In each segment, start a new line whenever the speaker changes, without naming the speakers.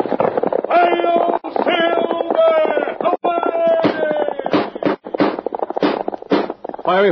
Hail Silver! Away!
Fiery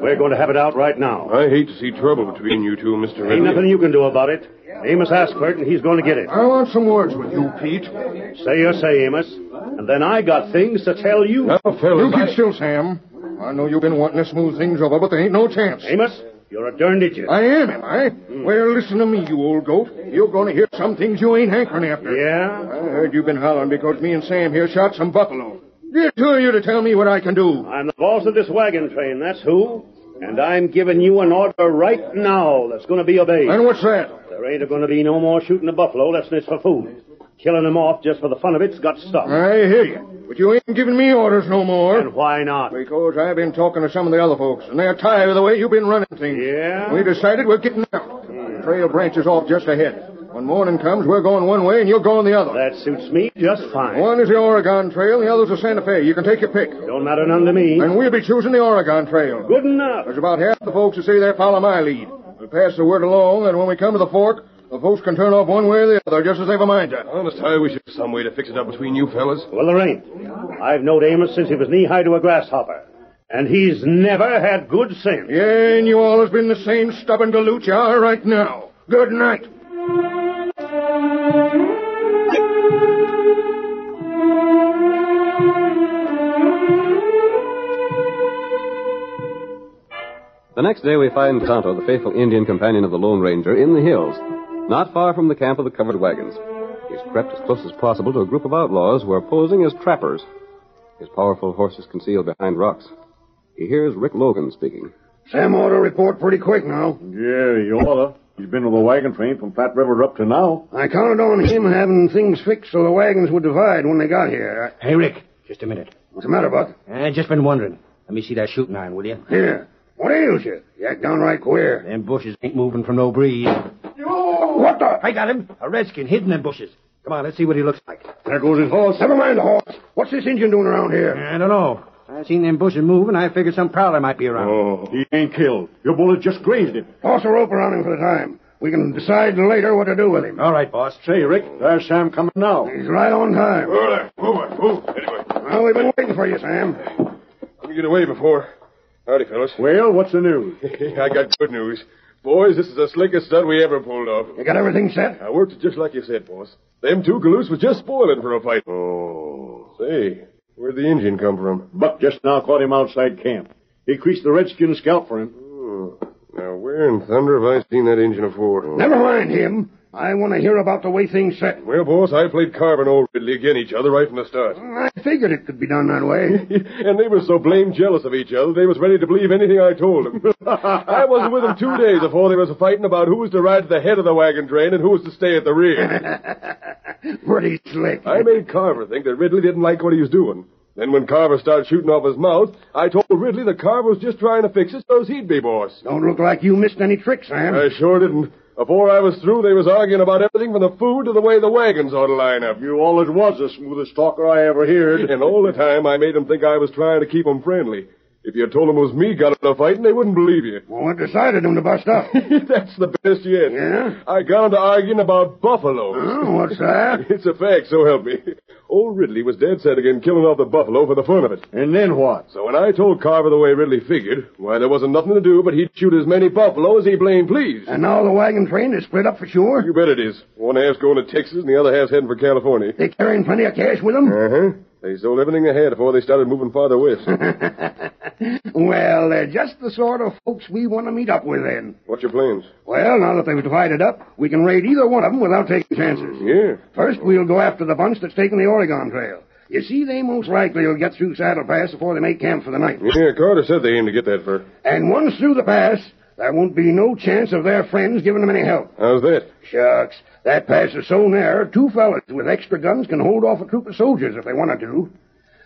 We're going to have it out right now.
I hate to see trouble between you two, Mr.
Ain't nothing
Ridley.
you can do about it. Amos asked for it, and he's going to get it.
I want some words with you, Pete.
Say your say, Amos. And then I got things to tell you.
Now,
You
fellas,
keep still, Sam. I know you've been wanting to smooth things over, but there ain't no chance.
Amos, you're a darned idiot.
I am, am I? Well, listen to me, you old goat. You're going to hear some things you ain't hankering after.
Yeah?
I heard you've been hollering because me and Sam here shot some buffalo. Get two of you to tell me what I can do.
I'm the boss of this wagon train, that's who. And I'm giving you an order right now that's going to be obeyed.
And what's that?
There ain't going to be no more shooting of buffalo. That's it's for food. Killing them off just for the fun of it's got stopped.
I hear you. But you ain't giving me orders no more.
And why not?
Because I've been talking to some of the other folks, and they're tired of the way you've been running things.
Yeah? Hmm.
We decided we're getting out. The trail branches off just ahead. When morning comes, we're going one way and you're going the other.
That suits me just fine.
One is the Oregon Trail, the other's the Santa Fe. You can take your pick.
Don't matter none to me.
And we'll be choosing the Oregon Trail.
Good enough.
There's about half the folks who say they follow my lead. We'll pass the word along, and when we come to the fork, the folks can turn off one way or the other, just as they've a mind to.
honest, I wish there was some way to fix it up between you fellas.
Well, there ain't. I've known Amos since he was knee high to a grasshopper. And he's never had good sense.
Yeah, and you all has been the same stubborn galoot you are right now. Good night.
The next day we find Tonto, the faithful Indian companion of the Lone Ranger, in the hills, not far from the camp of the covered wagons. He's crept as close as possible to a group of outlaws who are posing as trappers. His powerful horse is concealed behind rocks. He hears Rick Logan speaking.
Sam ought to report pretty quick now.
Yeah, you oughta. He's been with the wagon train from Flat River up to now.
I counted on him having things fixed so the wagons would divide when they got here.
Hey, Rick. Just a minute.
What's the matter, Buck?
I just been wondering. Let me see that shooting iron, will you?
Here. What ails you? You act downright queer.
Them bushes ain't moving from no breeze.
What the?
I got him. A redskin hidden in bushes. Come on, let's see what he looks like.
There goes his horse. Never mind the horse. What's this engine doing around here?
Eh, I don't know. I seen them bushes move, and I figured some prowler might be around.
Oh. He ain't killed. Your bullet just grazed him.
Toss a rope around him for the time. We can decide later what to do with him.
All right, boss.
Say, Rick, there's Sam coming now.
He's right on time.
All right, move on, move. Anyway,
Well, we've been waiting for you, Sam.
let me get away before. Howdy, fellas.
Well, what's the news?
I got good news. Boys, this is the slickest stunt we ever pulled off.
You got everything set?
I worked it just like you said, boss. Them two galoots was just spoiling for a fight. Oh. Say, where'd the engine come from?
Buck just now caught him outside camp. He creased the redskin scalp for him.
Now, where Where in thunder have I seen that engine afore?
Never mind him. I want to hear about the way things settled.
Well, boss, I played Carver and old Ridley again each other right from the start.
Ah,
I figured it could be done that way.
and they were so blamed jealous of each other, they was ready to believe anything I told them. I wasn't with them two days before they was fighting about who was to ride to the head of the wagon train and who was to stay at the rear.
Pretty slick.
I made Carver think that Ridley didn't like what he was doing. Then when Carver started shooting off his mouth, I told Ridley that Carver was just trying to fix it so's he'd be boss.
Don't look like you missed any tricks, Sam.
I sure didn't. Before I was through, they was arguing about everything from the food to the way the wagons ought to line up.
You all at once the smoothest talker I ever heard.
And all the time, I made them think I was trying to keep them friendly. If you told them it was me got in a fight, they wouldn't believe you.
Well, what decided him to bust up?
That's the best yet.
Yeah?
I got 'em to arguing about buffalo.
Huh? what's that?
It's a fact, so help me. Old Ridley was dead set again killing off the buffalo for the fun of it.
And then what?
So when I told Carver the way Ridley figured, why, there wasn't nothing to do but he'd shoot as many buffalo as he blamed pleased.
And now the wagon train is split up for sure?
You bet it is. One half's going to Texas and the other half's heading for California.
They carrying plenty of cash with them?
Uh huh. They sold everything they had before they started moving farther west.
Well, they're just the sort of folks we want to meet up with then.
What's your plans?
Well, now that they've divided up, we can raid either one of them without taking chances.
Yeah.
First, we'll go after the bunch that's taking the Oregon Trail. You see, they most likely will get through Saddle Pass before they make camp for the night.
Yeah, Carter said they aimed to get that fur.
And once through the pass, there won't be no chance of their friends giving them any help.
How's that?
Shucks, that pass is so narrow, two fellas with extra guns can hold off a troop of soldiers if they wanted to.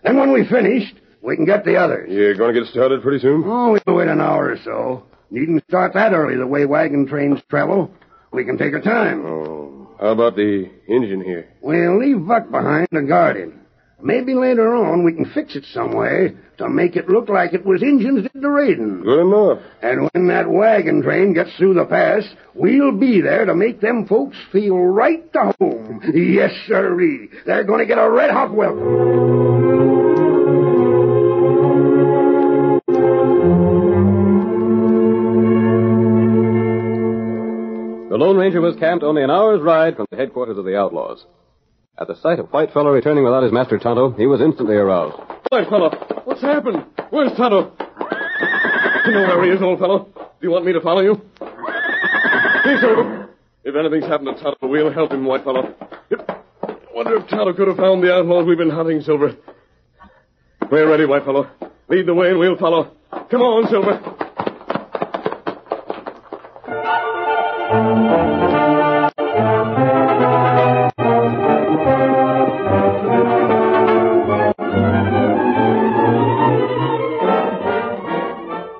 Then when we finished, we can get the others.
You going to get started pretty soon?
Oh, we'll wait an hour or so. Needn't start that early the way wagon trains travel. We can take our time.
Oh. How about the engine here?
We'll leave Buck behind to guard him. Maybe later on we can fix it some way to make it look like it was Injuns did the raiding.
Good enough.
And when that wagon train gets through the pass, we'll be there to make them folks feel right to home. yes, sirree. They're going to get a red hot welcome.
The Lone Ranger was camped only an hour's ride from the headquarters of the outlaws. At the sight of White Fellow returning without his master Tonto, he was instantly aroused.
White fellow, what's happened? Where's Tonto? You know where he is, old fellow. Do you want me to follow you? He's over. If anything's happened to Tonto, we'll help him, white fellow. Wonder if Tonto could have found the outlaws we've been hunting, Silver. We're ready, white fellow. Lead the way and we'll follow. Come on, Silver.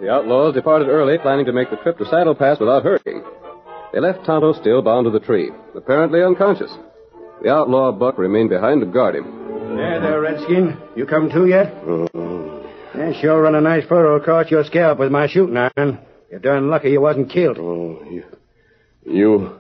The outlaws departed early, planning to make the trip to Saddle Pass without hurrying. They left Tonto still bound to the tree, apparently unconscious. The outlaw Buck remained behind to guard him.
There, there, Redskin. You come to yet? Yeah, sure run a nice furrow across your scalp with my shooting iron. You're darn lucky you wasn't killed.
Oh, you. You.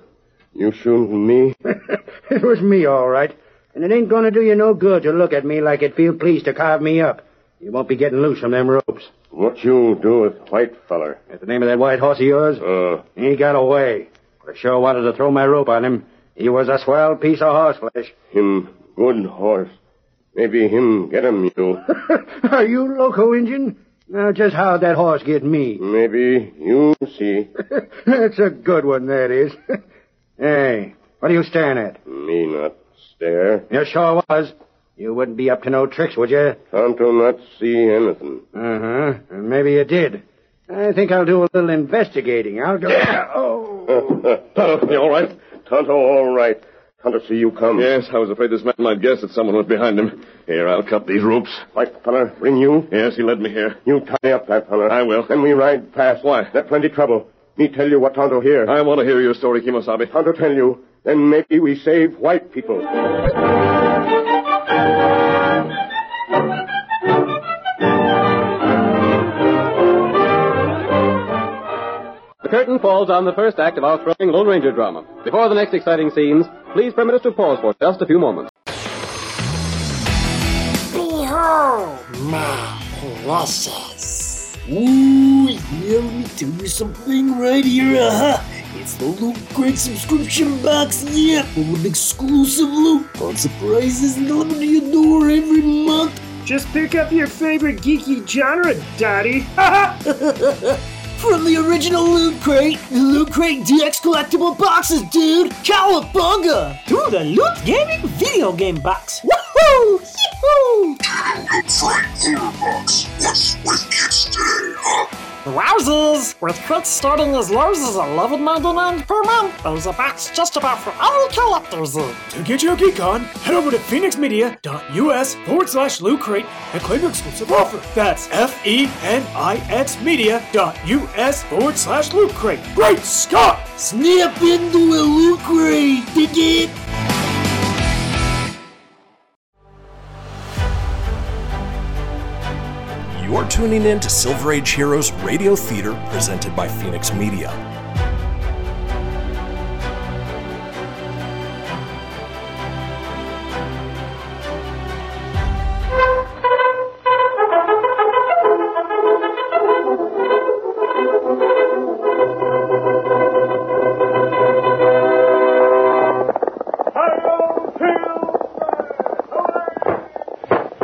You shooting me?
it was me, all right. And it ain't gonna do you no good to look at me like it feel pleased to carve me up. You won't be getting loose from them ropes.
What you do with white feller?
At the name of that white horse of yours,
Uh,
he got away. But I sure wanted to throw my rope on him. He was a swell piece of horse flesh.
him good horse. Maybe him get him you.
Are you loco Injun? Now, just how'd that horse get me?
Maybe you see
That's a good one, that is. hey, what are you staring at?
me not stare.
You sure was. You wouldn't be up to no tricks, would you?
Tonto not see anything.
Uh-huh. And maybe you did. I think I'll do a little investigating. I'll go... Oh!
Tonto, you all right? Tonto, all right. Tonto, see you come.
Yes, I was afraid this man might guess that someone was behind him. Here, I'll cut these ropes.
White feller, bring you.
Yes, he led me here.
You tie up that feller.
I will.
Then we ride past.
Why?
That plenty trouble. Me tell you what Tonto here.
I want to hear your story, Kimosabe.
Tonto tell you. Then maybe we save white people.
The curtain falls on the first act of our thrilling Lone Ranger drama. Before the next exciting scenes, please permit us to pause for just a few moments.
Behold my precious. Ooh, let me tell you something right here. Uh-huh. It's the Loot Crate subscription box, yeah, full of exclusive loot, fun surprises delivered to your door every month.
Just pick up your favorite geeky genre, Daddy.
From the original Loot Crate, the Loot Crate DX collectible boxes, dude! Cowabunga! To the Loot Gaming video game box! Woohoo! Yee-hoo!
What's with kids today, huh?
Wowzers! With crits starting as low as 11.99 per month, there's a box just about for all collectors.
To get your geek on, head over to phoenixmedia.us forward slash loot crate and claim your exclusive offer. That's F E N I X media.us forward slash loot crate. Great Scott!
Snap into a loot crate, dig it!
You're tuning in to Silver Age Heroes Radio Theater presented by Phoenix Media.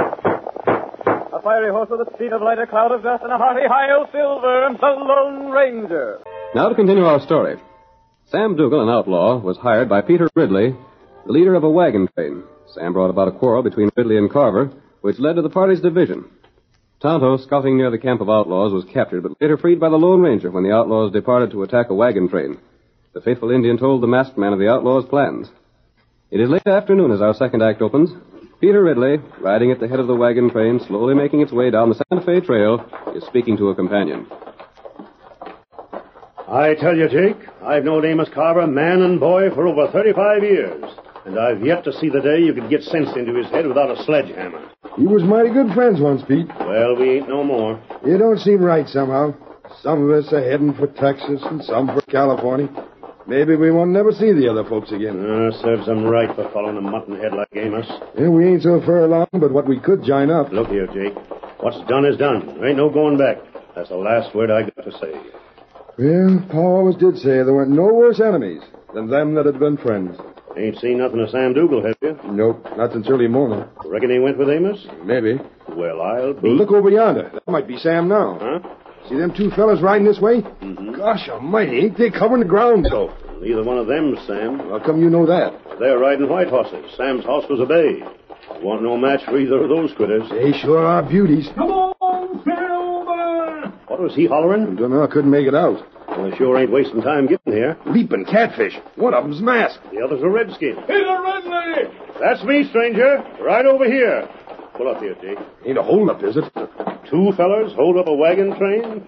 A fiery horse with a speed of light, a cloud of dust, and a hearty high o silver, the Lone Ranger.
Now to continue our story. Sam Dougal, an outlaw, was hired by Peter Ridley, the leader of a wagon train. Sam brought about a quarrel between Ridley and Carver, which led to the party's division. Tonto, scouting near the camp of outlaws, was captured, but later freed by the Lone Ranger when the outlaws departed to attack a wagon train. The faithful Indian told the masked man of the outlaws' plans. It is late afternoon as our second act opens. Peter Ridley, riding at the head of the wagon train, slowly making its way down the Santa Fe Trail, is speaking to a companion.
I tell you, Jake, I've known Amos Carver, man and boy, for over 35 years, and I've yet to see the day you could get sense into his head without a sledgehammer.
He was mighty good friends once, Pete.
Well, we ain't no more.
You don't seem right somehow. Some of us are heading for Texas and some for California. Maybe we won't never see the other folks again.
Uh, serves him right for following a muttonhead like Amos.
Yeah, we ain't so far along, but what we could join up.
Look here, Jake. What's done is done. There ain't no going back. That's the last word I got to say.
Well, Pa always did say there weren't no worse enemies than them that had been friends.
Ain't seen nothing of Sam Dougal, have you?
Nope, not since early morning.
Reckon he went with Amos?
Maybe.
Well, I'll be.
Well, look over yonder. That might be Sam now.
Huh?
See them two fellas riding this way? Gosh almighty, ain't they covering the ground so?
Neither one of them, Sam.
How come you know that?
They're riding white horses. Sam's horse was a bay. Want no match for either of those critters.
They sure are beauties.
What was he hollering?
Dunno, I couldn't make it out.
Well, they sure ain't wasting time getting here.
Leaping catfish. One of them's masked.
The other's a redskin.
Peter Ridley!
That's me, stranger. Right over here. Pull up here, Jake.
Ain't a holdup, is it?
Two fellers hold up a wagon train?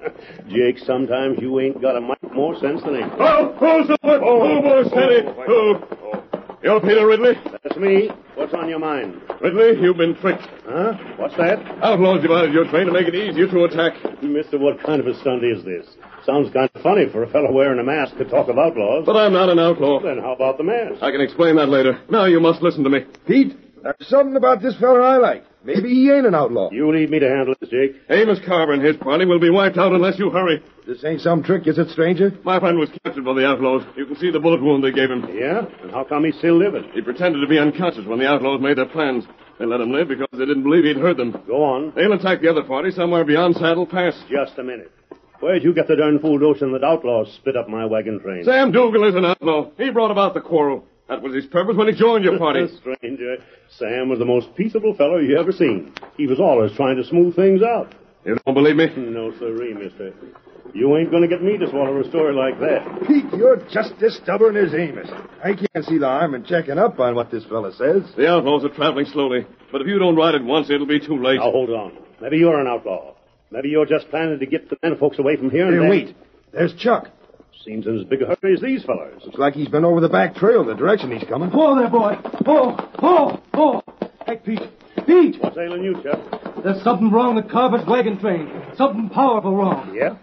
Jake, sometimes you ain't got a mite more sense than a.
Oh, who's the one? Oh, boy, steady. Oh,
You're Peter Ridley?
That's me. What's on your mind?
Ridley, you've been tricked.
Huh? What's that?
Outlaws divided your train to make it easy. You two attack.
Mister, what kind of a stunt is this? Sounds kind of funny for a fellow wearing a mask to talk of outlaws.
But I'm not an outlaw.
Then how about the mask?
I can explain that later. Now you must listen to me.
Pete, there's something about this fella I like. Maybe he ain't an outlaw.
You leave me to handle this, Jake.
Amos Carver and his party will be wiped out unless you hurry.
This ain't some trick, is it, stranger?
My friend was captured by the outlaws. You can see the bullet wound they gave him.
Yeah? And how come he's still living?
He pretended to be unconscious when the outlaws made their plans. They let him live because they didn't believe he'd hurt them.
Go on.
They'll attack the other party somewhere beyond Saddle Pass.
Just a minute. Where'd you get the darn fool notion that outlaws split up my wagon train?
Sam Dougal is an outlaw. He brought about the quarrel. That was his purpose when he joined your party.
Stranger, Sam was the most peaceable fellow you ever seen. He was always trying to smooth things out.
you don't believe me?
No, sirree, mister. You ain't gonna get me to swallow a story like that.
Pete, you're just as stubborn as Amos. I can't see the harm in checking up on what this fella says.
The outlaws are traveling slowly, but if you don't ride at once, it'll be too late.
Now hold on. Maybe you're an outlaw. Maybe you're just planning to get the men folks away from here and
Hey,
then-
wait. There's Chuck.
Seems in as big a hurry as these fellows.
Looks like he's been over the back trail, the direction he's coming.
Oh, there, boy. Oh, oh, oh. Hey, Pete. Pete,
What's ailing you, Chuck?
there's something wrong with Carver's wagon train. Something powerful wrong.
Yeah?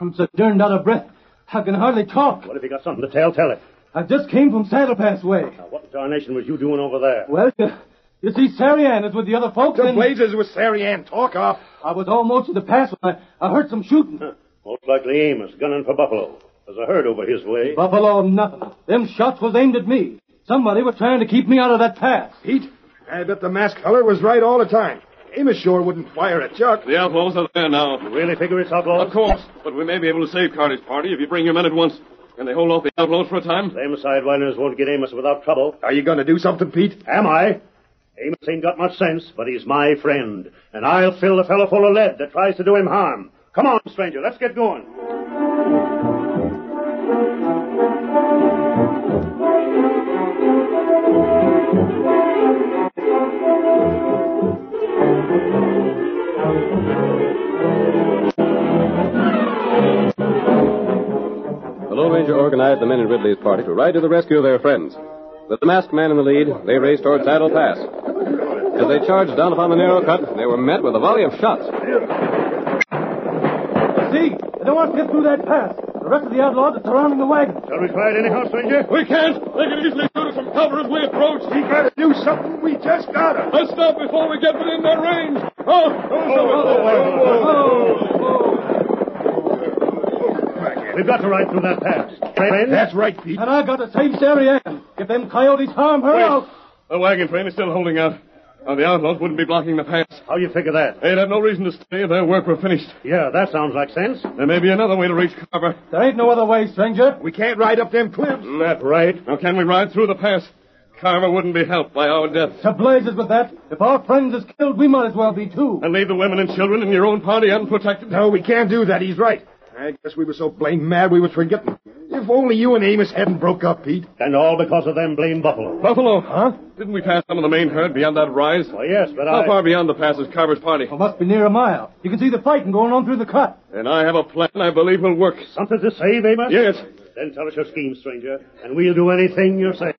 I'm so darned out of breath, I can hardly talk.
What if you got something to tell? Tell it.
I just came from Saddle Pass way.
Now, what in darnation was you doing over there?
Well, you, you see, Sarian is with the other folks, and
blazes with Sari Ann talk off.
I was almost to the pass when I, I heard some shooting.
Most likely Amos gunning for Buffalo. There's a herd over his way.
Buffalo, nothing. Them shots was aimed at me. Somebody was trying to keep me out of that pass.
Pete, I bet the masked feller was right all the time.
Amos sure wouldn't fire at Chuck.
The outlaws are there now. You
really figure it's outlaws?
Of course, but we may be able to save Carter's party if you bring your men at once. Can they hold off the outlaws for a time?
Them sidewinders won't get Amos without trouble.
Are you going to do something, Pete?
Am I? Amos ain't got much sense, but he's my friend, and I'll fill the fellow full of lead that tries to do him harm. Come on, stranger, let's get going.
The Lone Ranger organized the men in Ridley's party to ride to the rescue of their friends. With the masked man in the lead, they raced toward Saddle Pass. As they charged down upon the narrow cut, they were met with a volley of shots.
See, they don't want to get through that pass. The rest of the outlaws are surrounding the wagon.
Shall we try it anyhow, stranger?
We can't. They can easily shoot us from cover as we approach.
We gotta do something. We just gotta.
Let's stop before we get within their range. Oh,
oh, We've got to ride through that pass. Train?
That's right, Pete.
And I got the same Sarah Ann. If them coyotes harm her,
Wait.
I'll...
The wagon train is still holding out. Now, the outlaws wouldn't be blocking the pass.
How you figure that?
They'd have no reason to stay if their work were finished.
Yeah, that sounds like sense.
There may be another way to reach cover.
There ain't no other way, stranger.
We can't ride up them cliffs.
That right. Now, can we ride through the pass? Carver wouldn't be helped by our death.
To blazes with that. If our friends is killed, we might as well be too.
And leave the women and children in your own party unprotected?
No, we can't do that. He's right. I guess we were so blamed mad we was forgetting. If only you and Amos hadn't broke up, Pete.
And all because of them blamed buffalo.
Buffalo? Huh? Didn't we pass some of the main herd beyond that rise?
Well, yes, but
How
I...
far beyond the pass is Carver's party?
It must be near a mile. You can see the fighting going on through the cut.
And I have a plan I believe will work.
Something to save, Amos?
Yes.
Then tell us your scheme, stranger, and we'll do anything you say.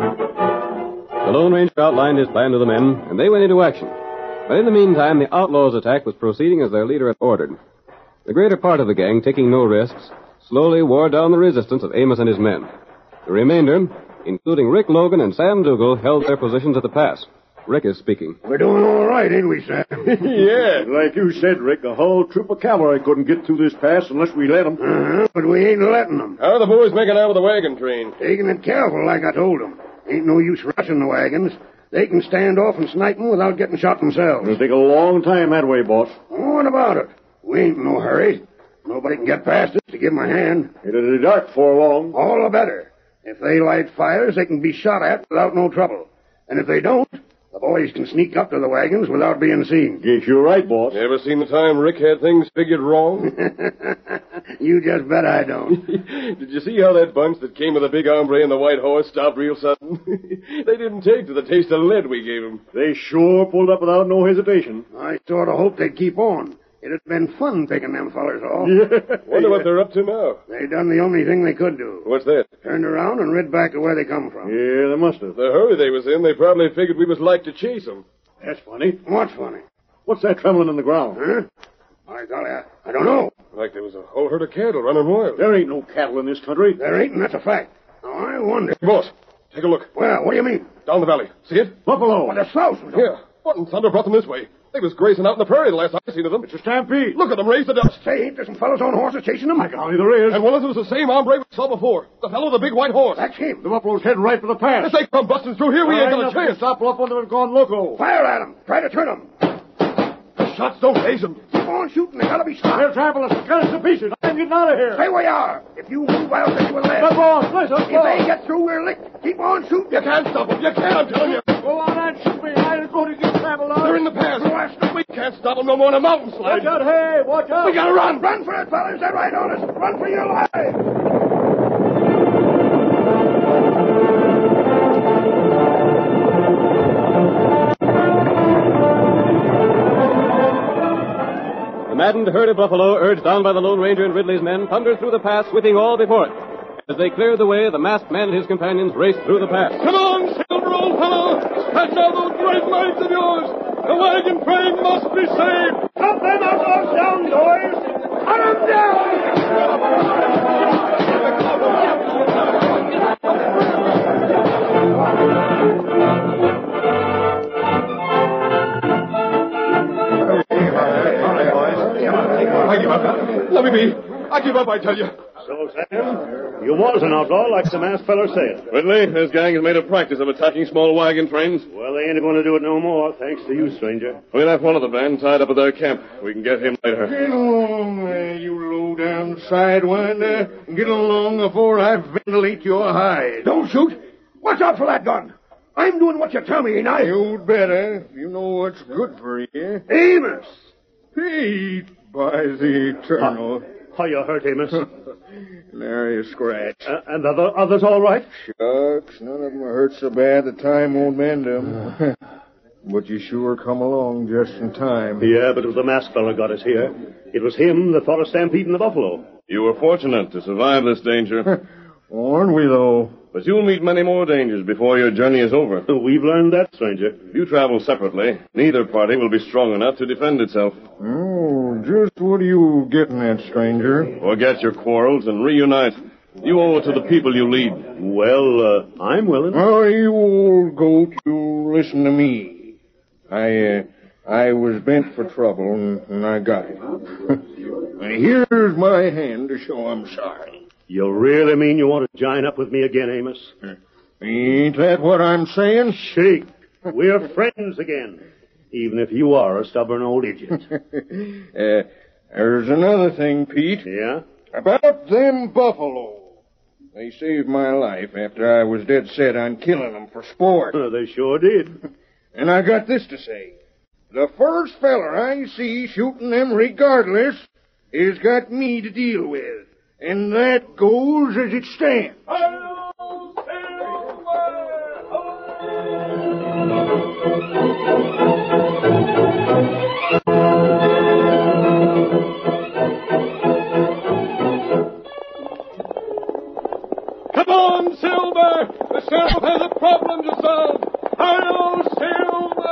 The Lone Ranger outlined his plan to the men, and they went into action. But in the meantime, the outlaws' attack was proceeding as their leader had ordered. The greater part of the gang, taking no risks, slowly wore down the resistance of Amos and his men. The remainder, including Rick Logan and Sam Dougal, held their positions at the pass. Rick is speaking.
We're doing all right, ain't we, Sam?
yeah, like you said, Rick, a whole troop of cavalry couldn't get through this pass unless we let 'em.
Uh-huh, but we ain't letting them.
How are the boys making out with the wagon train?
Taking it careful, like I told 'em. Ain't no use rushing the wagons. They can stand off and snipe 'em without getting shot themselves.
It'll take a long time that way, boss.
What about it? We ain't in no hurry. Nobody can get past us to give 'em a hand.
It'll be dark before long.
All the better. If they light fires, they can be shot at without no trouble. And if they don't, the boys can sneak up to the wagons without being seen.
Guess you're right, boss.
You ever seen the time Rick had things figured wrong?
You just bet I don't.
Did you see how that bunch that came with the big hombre and the white horse stopped real sudden? they didn't take to the taste of lead we gave 'em.
They sure pulled up without no hesitation.
I sort of hoped they'd keep on. It'd have been fun picking them fellers off.
Wonder what they're up to now.
Oh. They done the only thing they could do.
What's that?
Turned around and rid back to where they come from.
Yeah, they must have.
The hurry they was in, they probably figured we was like to chase 'em.
That's funny.
What's funny?
What's that trembling in the ground?
Huh? My golly, I, I don't know.
Like there was a whole herd of cattle running wild.
There ain't no cattle in this country.
There ain't, and that's a fact. Now, I wonder.
Hey, boss, take a look.
Well, what do you mean?
Down the valley. See it?
Buffalo.
Well, there's thousands. of 'em.
Here. What in thunder brought them this way? They was grazing out in the prairie the last I seen of them.
It's a stampede.
Look at them raise the dust.
Say, ain't there some fellas on horses chasing them?
My golly, there is.
And one of them's the same hombre we saw before. The fellow with the big white horse.
That's him.
The buffalo's heading right for the pass.
If they come busting through Oh, here, we ain't got a chance.
Stop up under have gone loco.
Fire at 'em. Try to turn 'em.
Shots don't haze them.
Keep on shooting. They gotta be stopped.
They're trampling us, cut us to pieces. I'm getting out of here.
Stay where you are. If you move, I'll hit you with lead.
Buffalo, split up,
If they get through, we're licked. Keep on shooting.
You can't stop them. You can't, I'm telling you.
Go on and shoot me. I'm going to get trampled
They're in the pass. We can't stop them no more on a mountain slide.
out, hey, watch out.
We gotta run.
Run for it, fellas. They're right on us. Run for your lives.
The maddened herd of buffalo, urged on by the Lone Ranger and Ridley's men, thundered through the pass, sweeping all before it. As they cleared the way, the masked man and his companions raced through the pass.
Come on, Silver, old fellow. Catch out those great lights of yours. The wagon train must be saved.
Stop them outlaws down, boys. Cut 'em down.
to be. I give up, I tell you.
So, Sam, you was an outlaw, like the masked feller said.
Ridley, this gang has made a practice of attacking small wagon trains.
Well, they ain't going to do it no more, thanks to you, stranger.
We left one of the men tied up at their camp. We can get him later.
Get along there, you low-down sidewinder. Get along before I ventilate your hide.
Don't shoot. Watch out for that gun. I'm doing what you tell me, ain't I?
You'd better. You know what's good for you.
Amos!
Pete, by the eternal.
How you hurt, Amos?
There you scratch.
Uh, and the other, others all right?
Shucks, none of them hurt so bad the time won't mend 'em. but you sure come along just in time.
Yeah, but it was the masked feller got us here. It was him that thought of stampeding the buffalo.
You were fortunate to survive this danger.
Aren't we, though?
But you'll meet many more dangers before your journey is over.
We've learned that, stranger.
If you travel separately, neither party will be strong enough to defend itself.
Oh, just what are you getting at, stranger?
Forget your quarrels and reunite. You owe it to the people you lead.
Well, uh, I'm willing.
Oh, you old goat, you listen to me. I, uh, I was bent for trouble, and, and I got it. Here's my hand to show I'm sorry.
You really mean you want to join up with me again, Amos?
Ain't that what I'm saying?
Shake. We're friends again. Even if you are a stubborn old idiot.
Uh, there's another thing, Pete.
Yeah?
About them buffalo. They saved my life after I was dead set on killing them for sport.
Uh, they sure did.
And I got this to say. The first feller I see shooting them regardless is got me to deal with. And that goes as it stands.
Come on, Silver! The sheriff has a problem to solve! Hello, Silver!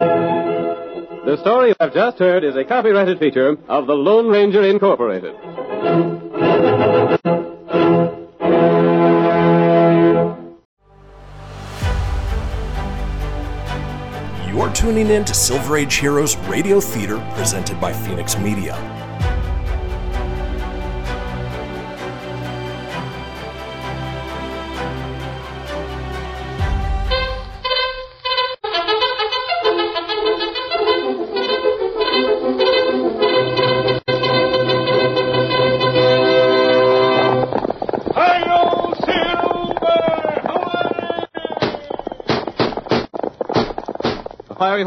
The story you have just heard is a copyrighted feature of the Lone Ranger Incorporated.
You're tuning in to Silver Age Heroes Radio Theater presented by Phoenix Media.
Hello, Silver!
A fiery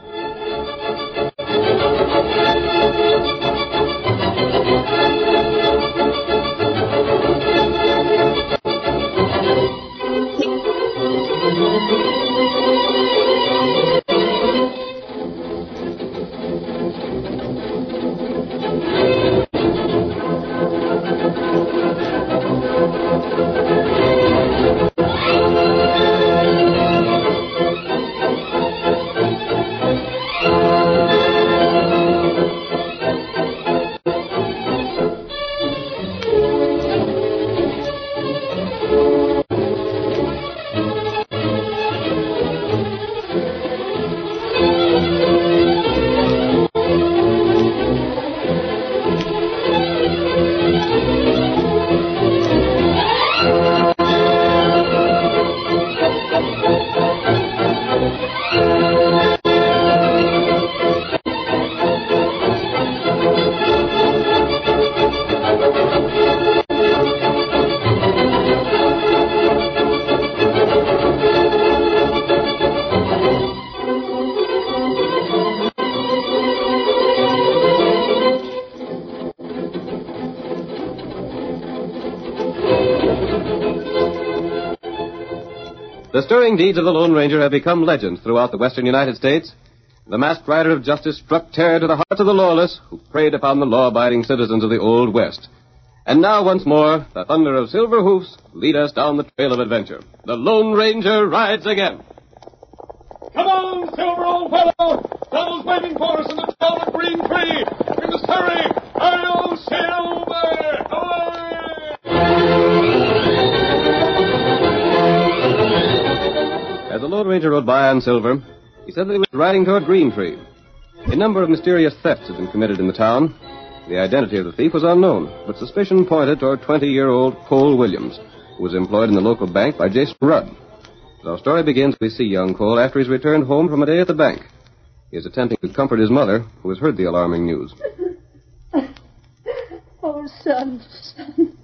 The stirring deeds of the Lone Ranger have become legends throughout the western United States. The masked rider of justice struck terror to the hearts of the lawless who preyed upon the law abiding citizens of the Old West. And now, once more, the thunder of silver hoofs lead us down the trail of adventure. The Lone Ranger rides again.
Come on, Silver, old fellow! Donald's waiting for us in the town of Green Tree! We must hurry! Hail, Silver!
As the Lone Ranger rode by on Silver, he said that he was riding toward Green Tree. A number of mysterious thefts had been committed in the town. The identity of the thief was unknown, but suspicion pointed toward 20 year old Cole Williams, who was employed in the local bank by Jason Rudd. Our story begins we see young Cole after he's returned home from a day at the bank. He is attempting to comfort his mother, who has heard the alarming news.
Oh, son, son.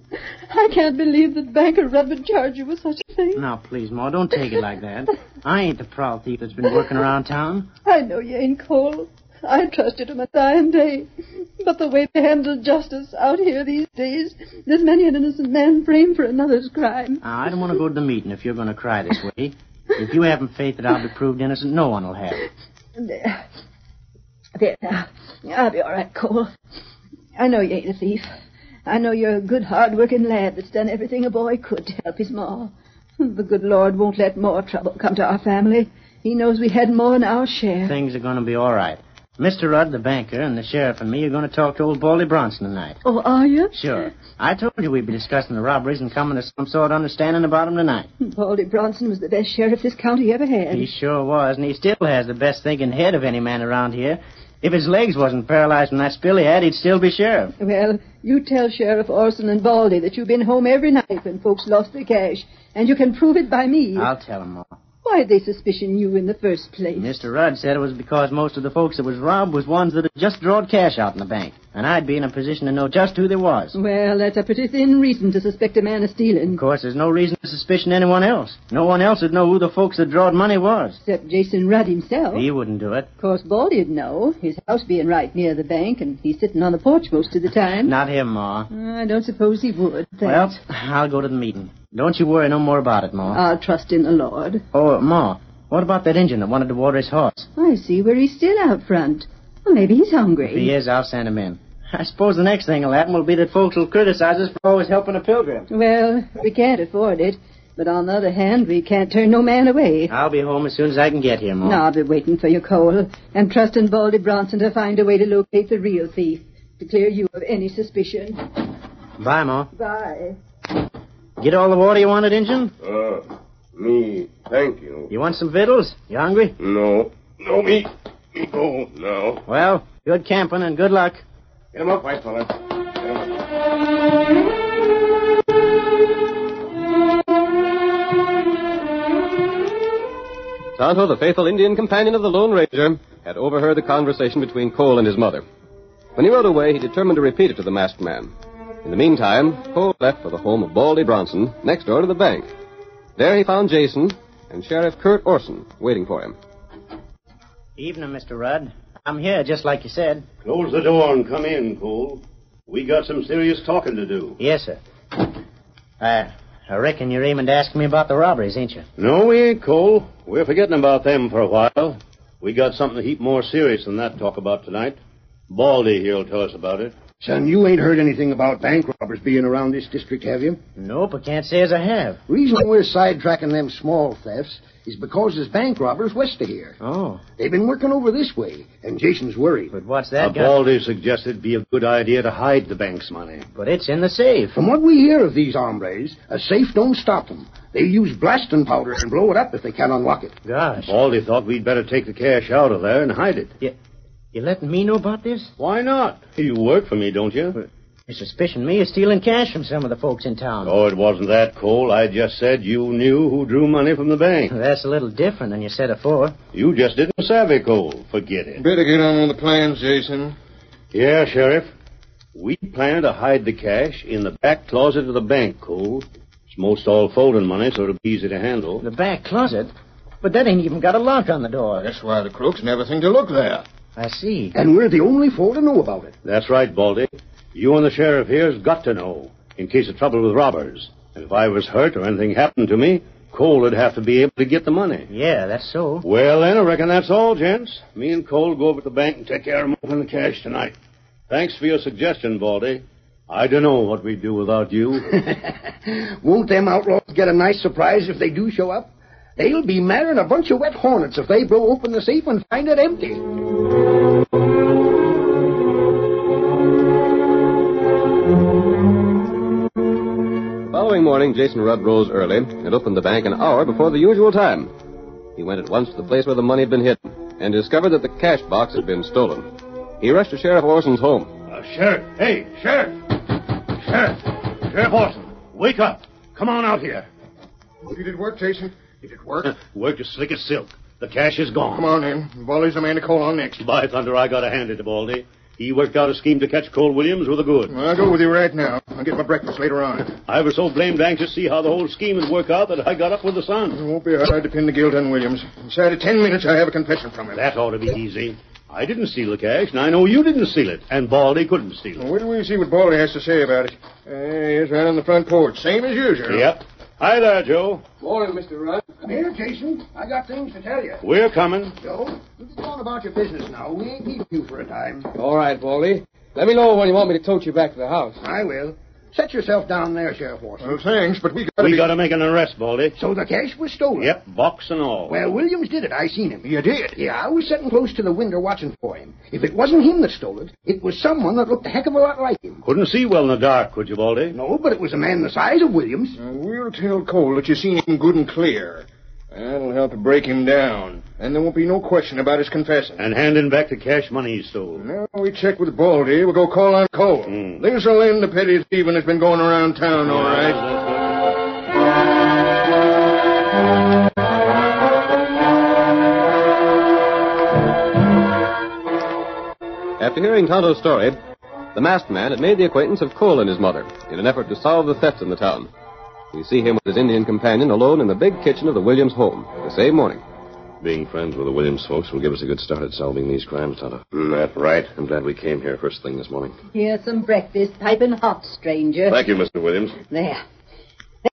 I can't believe that Banker Rudd would charge you with such a thing.
Now, please, Ma, don't take it like that. I ain't the proud thief that's been working around town.
I know you ain't Cole. I trusted him a dying day. But the way they handle justice out here these days, there's many an innocent man framed for another's crime.
Now, I don't want to go to the meeting if you're going to cry this way. If you haven't faith that I'll be proved innocent, no one will have it.
There. There now. I'll be all right, Cole. I know you ain't a thief. I know you're a good, hard-working lad that's done everything a boy could to help his ma. The good Lord won't let more trouble come to our family. He knows we had more than our share.
Things are going to be all right. Mr. Rudd, the banker, and the sheriff and me are going to talk to old Baldy Bronson tonight.
Oh, are you?
Sure. I told you we'd be discussing the robberies and coming to some sort of understanding about them tonight.
Baldy Bronson was the best sheriff this county ever had.
He sure was, and he still has the best thinking head of any man around here. If his legs wasn't paralyzed from that spill he had, he'd still be sheriff.
Well, you tell Sheriff Orson and Baldy that you've been home every night when folks lost their cash, and you can prove it by me.
I'll tell him all.
Why'd they suspicion you in the first place?
Mr. Rudd said it was because most of the folks that was robbed was ones that had just drawed cash out in the bank, and I'd be in a position to know just who they was.
Well, that's a pretty thin reason to suspect a man of stealing,
Of course, there's no reason to suspicion anyone else. No one else would know who the folks that drawed money was.
except Jason Rudd himself.
He wouldn't do it.
Of course, Baldy'd know, his house being right near the bank, and he's sitting on the porch most of the time.
Not him, Ma.
I don't suppose he would. Thanks.
Well, I'll go to the meeting. Don't you worry no more about it, Ma.
I'll trust in the Lord.
oh, Ma, what about that engine that wanted to water his horse?
I see where he's still out front. Well, maybe he's hungry.
If he is, I'll send him in. I suppose the next thing that'll happen will be that folks will criticize us for always helping a pilgrim.
Well, we can't afford it, but on the other hand, we can't turn no man away.
I'll be home as soon as I can get here, Ma.
Now I'll be waiting for your Cole, and trusting Baldy Bronson to find a way to locate the real thief, to clear you of any suspicion.
Bye, Ma.
Bye.
Get all the water you wanted, engine?
Oh, me, thank you.
You want some victuals? You hungry?
No, no, me, me go now.
Well, good camping and good luck.
Get him up, white fella.
Tonto, the faithful Indian companion of the Lone Ranger, had overheard the conversation between Cole and his mother. When he rode away, he determined to repeat it to the masked man. In the meantime, Cole left for the home of Baldy Bronson, next door to the bank. There he found Jason and Sheriff Kurt Orson waiting for him.
Evening, Mr. Rudd. I'm here, just like you said.
Close the door and come in, Cole. We got some serious talking to do.
Yes, sir. I, I reckon you're aiming to ask me about the robberies, ain't you?
No, we ain't, Cole. We're forgetting about them for a while. We got something a heap more serious than that to talk about tonight. Baldy here'll tell us about it.
Son, you ain't heard anything about bank robbers being around this district, have you?
Nope, I can't say as I have.
Reason we're sidetracking them small thefts is because there's bank robbers west of here.
Oh,
They've been working over this way, and Jason's worried.
but what's
Uh,
that got?
Baldy suggested be a good idea to hide the bank's money.
But it's in the safe.
From what we hear of these hombres, a safe don't stop them. They use blasting powder and blow it up if they can't unlock it.
Gosh,
Baldy thought we'd better take the cash out of there and hide it.
you letting me know about this?
Why not? You work for me, don't you?
You're suspicion me of stealing cash from some of the folks in town.
Oh, it wasn't that, Cole. I just said you knew who drew money from the bank.
That's a little different than you said afore.
You just didn't savvy, Cole. Forget it.
Better get on with the plans, Jason.
Yeah, Sheriff. We plan to hide the cash in the back closet of the bank, Cole. It's most all folding money, so it'll be easy to handle.
The back closet? But that ain't even got a lock on the door.
That's why the crooks never think to look there.
I see.
And we're the only four to know about it.
That's right, Baldy. You and the sheriff here's got to know in case of trouble with robbers. And if I was hurt or anything happened to me, Cole would have to be able to get the money.
Yeah, that's so.
Well, then, I reckon that's all, gents. Me and Cole go over to the bank and take care of moving the cash tonight. Thanks for your suggestion, Baldy. I don't know what we'd do without you.
Won't them outlaws get a nice surprise if they do show up? They'll be marrying a bunch of wet hornets if they blow open the safe and find it empty.
The following morning, Jason Rudd rose early and opened the bank an hour before the usual time. He went at once to the place where the money had been hidden and discovered that the cash box had been stolen. He rushed to Sheriff Orson's home.
Uh, Sheriff, hey, Sheriff! Sheriff! Sheriff Orson, wake up! Come on out here.
You did work, Jason. You did work.
Worked as slick as silk. The cash is gone.
Come on in. Baldy's the man to call on next.
By thunder, I gotta hand it to Baldy. He worked out a scheme to catch Cole Williams with a good.
I'll go with you right now. I'll get my breakfast later on.
I was so blamed anxious to see how the whole scheme would work out that I got up with the sun.
It won't be hard to pin the guilt on Williams. Inside of ten minutes, I have a confession from him.
That ought to be easy. I didn't steal the cash, and I know you didn't steal it, and Baldy couldn't steal it.
Wait till we see what Baldy has to say about it. Uh, he's right on the front porch, same as usual.
Yep. Hi there, Joe.
Morning, Mr. Rudd.
Come here, Jason. I got things to tell you.
We're coming.
Joe, you get on about your business now. We ain't needing you for a time.
All right, Baldy. Let me know when you want me to tote you back to the house.
I will. Set yourself down there, Sheriff Watson.
Well, thanks, but we gotta
We
be...
gotta make an arrest, Baldy.
So the cash was stolen.
Yep, box and all.
Well, Williams did it. I seen him.
You did?
Yeah, I was sitting close to the window watching for him. If it wasn't him that stole it, it was someone that looked a heck of a lot like him.
Couldn't see well in the dark, could you, Baldy?
No, but it was a man the size of Williams.
Uh, we'll tell Cole that you seen him good and clear. That'll help to break him down. And there won't be no question about his confessing.
And handing back the cash money he stole. Hmm.
Now we check with Baldy. We'll go call on Cole. This'll end the petty thieving that's been going around town, all right?
After hearing Tonto's story, the masked man had made the acquaintance of Cole and his mother in an effort to solve the thefts in the town. We see him with his Indian companion alone in the big kitchen of the Williams home the same morning.
Being friends with the Williams folks will give us a good start at solving these crimes, Tonto.
Mm,
That's right. I'm glad we came here first thing this morning.
Here's some breakfast, piping hot, stranger.
Thank you, Mr. Williams.
There.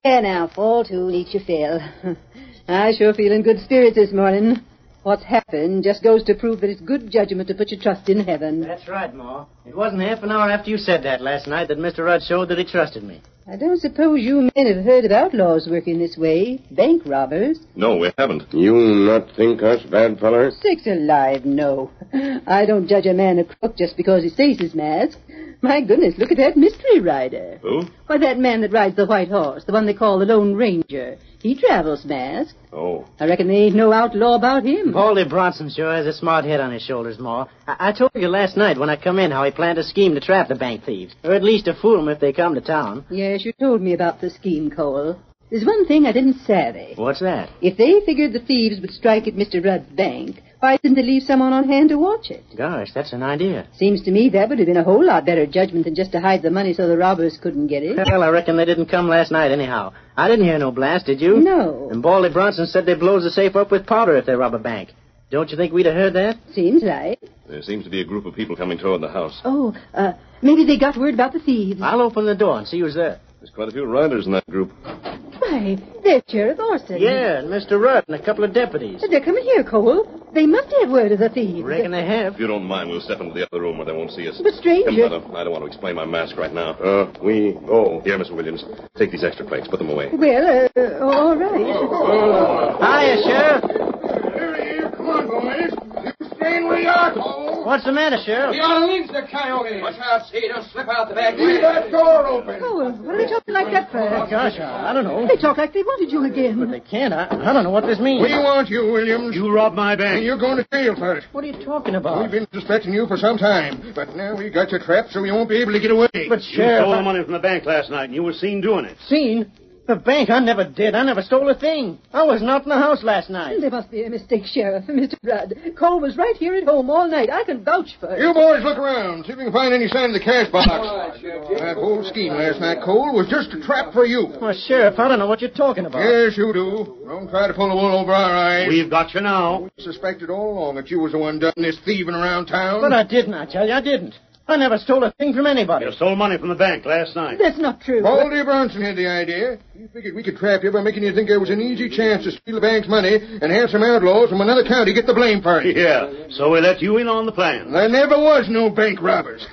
There now, fall to and eat your fill. I sure feel in good spirits this morning. What's happened just goes to prove that it's good judgment to put your trust in heaven.
That's right, Ma. It wasn't half an hour after you said that last night that Mr. Rudd showed that he trusted me.
I don't suppose you men have heard of outlaws working this way, bank robbers.
No, we haven't.
You not think us bad fellers?
Six alive, no. I don't judge a man a crook just because he says he's masked. My goodness, look at that mystery rider.
Who?
Why, that man that rides the white horse, the one they call the Lone Ranger. He travels masked.
Oh.
I reckon there ain't no outlaw about him.
Baldy Bronson sure has a smart head on his shoulders, Ma. I-, I told you last night when I come in how he planned a scheme to trap the bank thieves, or at least to fool them if they come to town.
Yes, you told me about the scheme, Cole. There's one thing I didn't savvy.
What's that?
If they figured the thieves would strike at Mr. Rudd's bank, why didn't they leave someone on hand to watch it?
Gosh, that's an idea.
Seems to me that would have been a whole lot better judgment than just to hide the money so the robbers couldn't get it.
Well, I reckon they didn't come last night anyhow. I didn't hear no blast, did you?
No.
And Baldy Bronson said they blows the safe up with powder if they rob a bank. Don't you think we'd have heard that?
Seems like.
There seems to be a group of people coming toward the house.
Oh, uh, maybe they got word about the thieves.
I'll open the door and see who's there.
There's quite a few riders in that group.
Why, there's Sheriff Orson.
Yeah, and Mr. Rudd and a couple of deputies.
They're coming here, Cole. They must have word of the thieves.
Reckon they have.
If you don't mind, we'll step into the other room where they won't see us.
But, stranger-
Come, Tonto. I don't want to explain my mask right now. Uh, we go. Here, Mr. Williams. Take these extra plates. Put them away.
Well, uh, all
Oh,
right.
Hiya, Sheriff.
Come on, boys. You strain where you are, Cole.
What's the matter, Sheriff?
gotta leave the coyote. Watch out, see. Don't slip out the back. Leave that door open.
Cole, what are they talking like that for?
oh. Gosh, I don't know.
They talk like they wanted you again.
They can't. I, I don't know what this means.
We want you, Williams.
You robbed my
And
bank.
you're going to jail for it.
What are you talking about?
We've been suspecting you for some time, but now we got you trapped, so you won't be able to get away.
But,
You
Sheriff,
stole the
I-
money from the bank last night, and you were seen doing it.
seen the bank. I never did. I never stole a thing. Oh, I was not in the house last night.
There must be a mistake, Sheriff, Mr. Rudd. Cole was right here at home all night. I can vouch for it.
You boys look around. See if you can find any sign of the cash box. that whole scheme last night, Cole, was just a trap for you.
Well, Sheriff, I don't know what you're talking about.
Yes, you do. Don't try to pull the wool over our eyes.
We've got you now.
suspected all along that you was the one done this thieving around town.
But I didn't. I tell you, I didn't.
I never stole a thing from anybody.
You stole money from the bank last night.
That's not true.
Baldy Bronson had the idea. He figured we could trap you by making you think there was an easy chance to steal the bank's money and have some outlaws from another county get the blame for it.
Yeah, so we let you in on the plan.
There never was no bank robbers.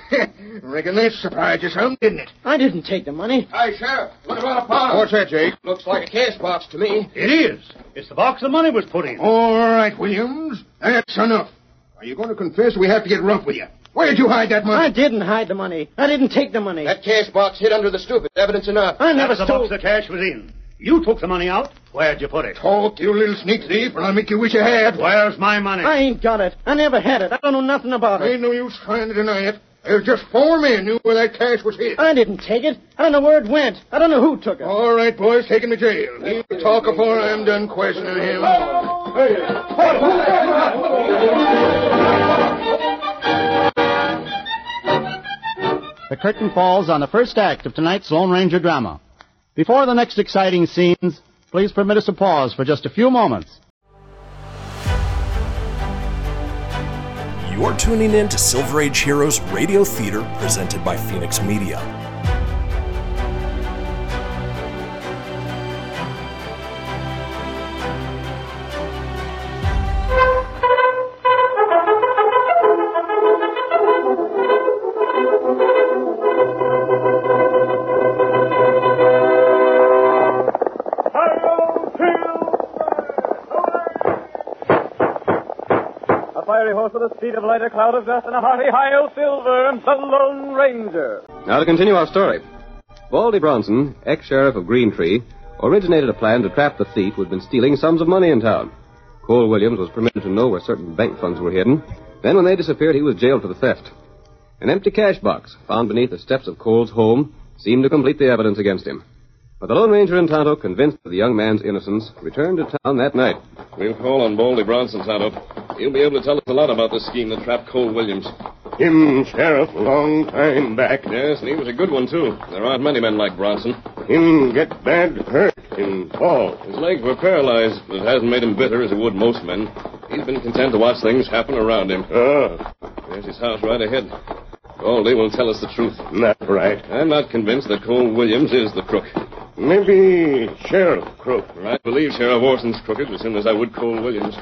Reckon that surprised you some, didn't it?
I didn't take the money.
Hey, Sheriff, look about a box. What's that, Jake? Looks like a cash box to me.
It is. It's the box the money was put in.
All right, Williams. That's enough. Are you going to confess or we have to get rough with you? Where'd you hide that money?
I didn't hide the money. I didn't take the money.
That cash box hid under the stoop. It's evidence enough.
I never
That's the
stole.
box the cash was in. You took the money out. Where'd you put it?
Talk, you little sneak thief, and I'll make you wish you had.
Where's my money?
I ain't got it. I never had it. I don't know nothing about it.
Ain't no use trying to deny it. There's just four men knew where that cash was hid.
I didn't take it. I don't know where it went. I don't know who took it.
All right, boys, take him to jail. He'll talk before I'm done questioning him.
The curtain falls on the first act of tonight's Lone Ranger drama. Before the next exciting scenes, please permit us to pause for just a few moments.
You're tuning in to Silver Age Heroes Radio Theater presented by Phoenix Media.
A fiery horse with a speed of light, a cloud of dust, and a hearty high of silver, the Lone Ranger.
Now to continue our story. Baldy Bronson, ex-sheriff of Green Tree, originated a plan to trap the thief who'd been stealing sums of money in town. Cole Williams was permitted to know where certain bank funds were hidden. Then when they disappeared, he was jailed for the theft. An empty cash box found beneath the steps of Cole's home seemed to complete the evidence against him. But the Lone Ranger and Tonto, convinced of the young man's innocence, returned to town that night.
We'll call on Baldy Bronson, Tonto. He'll be able to tell us a lot about this scheme that trapped Cole Williams.
Him sheriff long time back.
Yes, and he was a good one, too. There aren't many men like Bronson.
Him get bad hurt in fall.
His legs were paralyzed, but it hasn't made him bitter as it would most men. He's been content to watch things happen around him.
Oh,
There's his house right ahead. Baldy will tell us the truth.
not right.
I'm not convinced that Cole Williams is the crook.
Maybe sheriff crook.
I believe Sheriff Orson's crooked as soon as I would Cole Williams.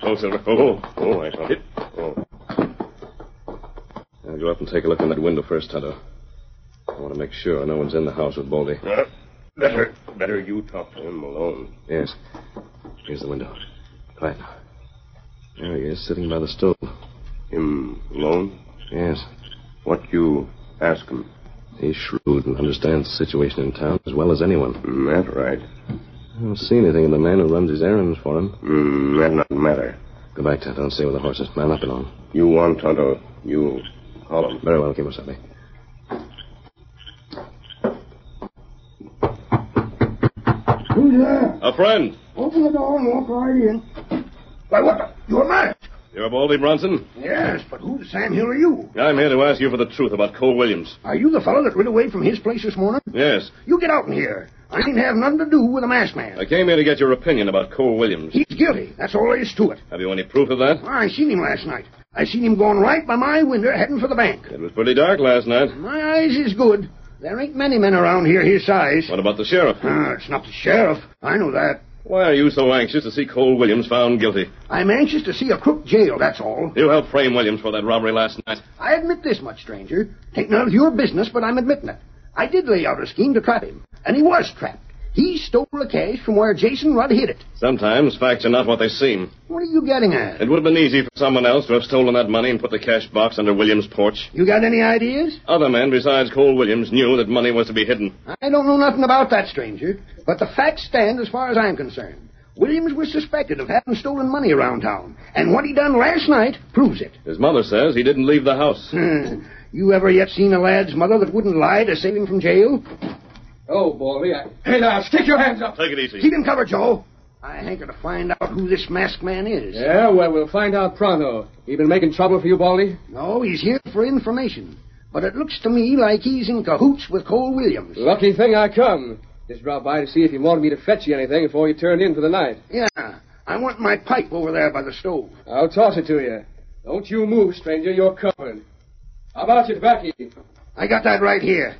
Oh, Silver. Oh,
Oh, I thought it. Oh.
I'll go up and take a look in that window first, Tonto. I want to make sure no one's in the house with Baldy.
Uh, better, better you talk to him alone.
Yes. Here's the window. Quiet now. There he is, sitting by the stove.
Him alone?
Yes.
What you ask him?
He's shrewd and understands the situation in town as well as anyone.
That Mm, right.
I don't see anything in the man who runs his errands for him.
Mm, that not matter.
Go back, Tonto, and see where the horses man up along.
You want Tonto, you call him.
Very well, Kimosabe.
Who's there?
A friend.
Open the door and walk right in. Why, what the? You're mad.
You're Baldy Bronson?
Yes, but who the Sam Hill are you?
I'm here to ask you for the truth about Cole Williams.
Are you the fellow that rid away from his place this morning?
Yes.
You get out in here. I ain't have nothing to do with a masked man.
I came here to get your opinion about Cole Williams.
He's guilty. That's all there is to it.
Have you any proof of that?
I seen him last night. I seen him going right by my window heading for the bank.
It was pretty dark last night.
My eyes is good. There ain't many men around here his size.
What about the sheriff?
Ah, it's not the sheriff. I know that.
Why are you so anxious to see Cole Williams found guilty?
I'm anxious to see a crook jailed, that's all.
You helped frame Williams for that robbery last night.
I admit this much, stranger. Ain't none of your business, but I'm admitting it. I did lay out a scheme to trap him, and he was trapped. He stole the cash from where Jason Rudd hid it.
Sometimes facts are not what they seem.
What are you getting at?
It would have been easy for someone else to have stolen that money and put the cash box under Williams' porch.
You got any ideas?
Other men besides Cole Williams knew that money was to be hidden.
I don't know nothing about that, stranger, but the facts stand as far as I'm concerned. Williams was suspected of having stolen money around town, and what he done last night proves it.
His mother says he didn't leave the house.
Hmm. You ever yet seen a lad's mother that wouldn't lie to save him from jail?
Oh, Baldy, I...
Hey, now, stick your hands up.
Take it easy.
Keep him covered, Joe. I hanker to find out who this masked man is.
Yeah, well, we'll find out pronto. He been making trouble for you, Baldy?
No, he's here for information. But it looks to me like he's in cahoots with Cole Williams.
Lucky thing I come. Just dropped by to see if you wanted me to fetch you anything before you turned in for the night.
Yeah, I want my pipe over there by the stove.
I'll toss it to you. Don't you move, stranger. You're covered. How about your tobacco?
I got that right here.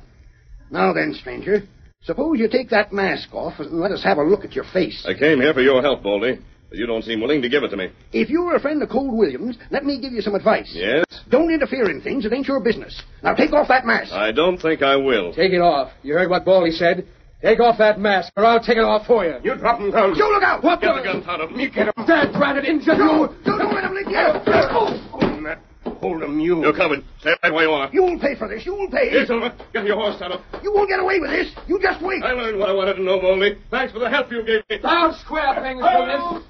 Now then, stranger, suppose you take that mask off and let us have a look at your face.
I came here for your help, Baldy, but you don't seem willing to give it to me.
If you were a friend of Cold Williams, let me give you some advice.
Yes?
Don't interfere in things. It ain't your business. Now take off that mask.
I don't think I will.
Take it off. You heard what Baldy said. Take off that mask, or I'll take it off for you. You drop him down. You look out! What
Get
the...
the gun, Tonto.
You get him. Dad, rat it, injure you.
Hold him, you. You're covered. Stay right where you are.
You will pay for this. You will pay.
Here, Silver. Get your horse, Tonto.
You won't get away with this. You just wait.
I learned what I wanted to know, Baldy. Thanks for the help you gave me.
Down square things, Williams.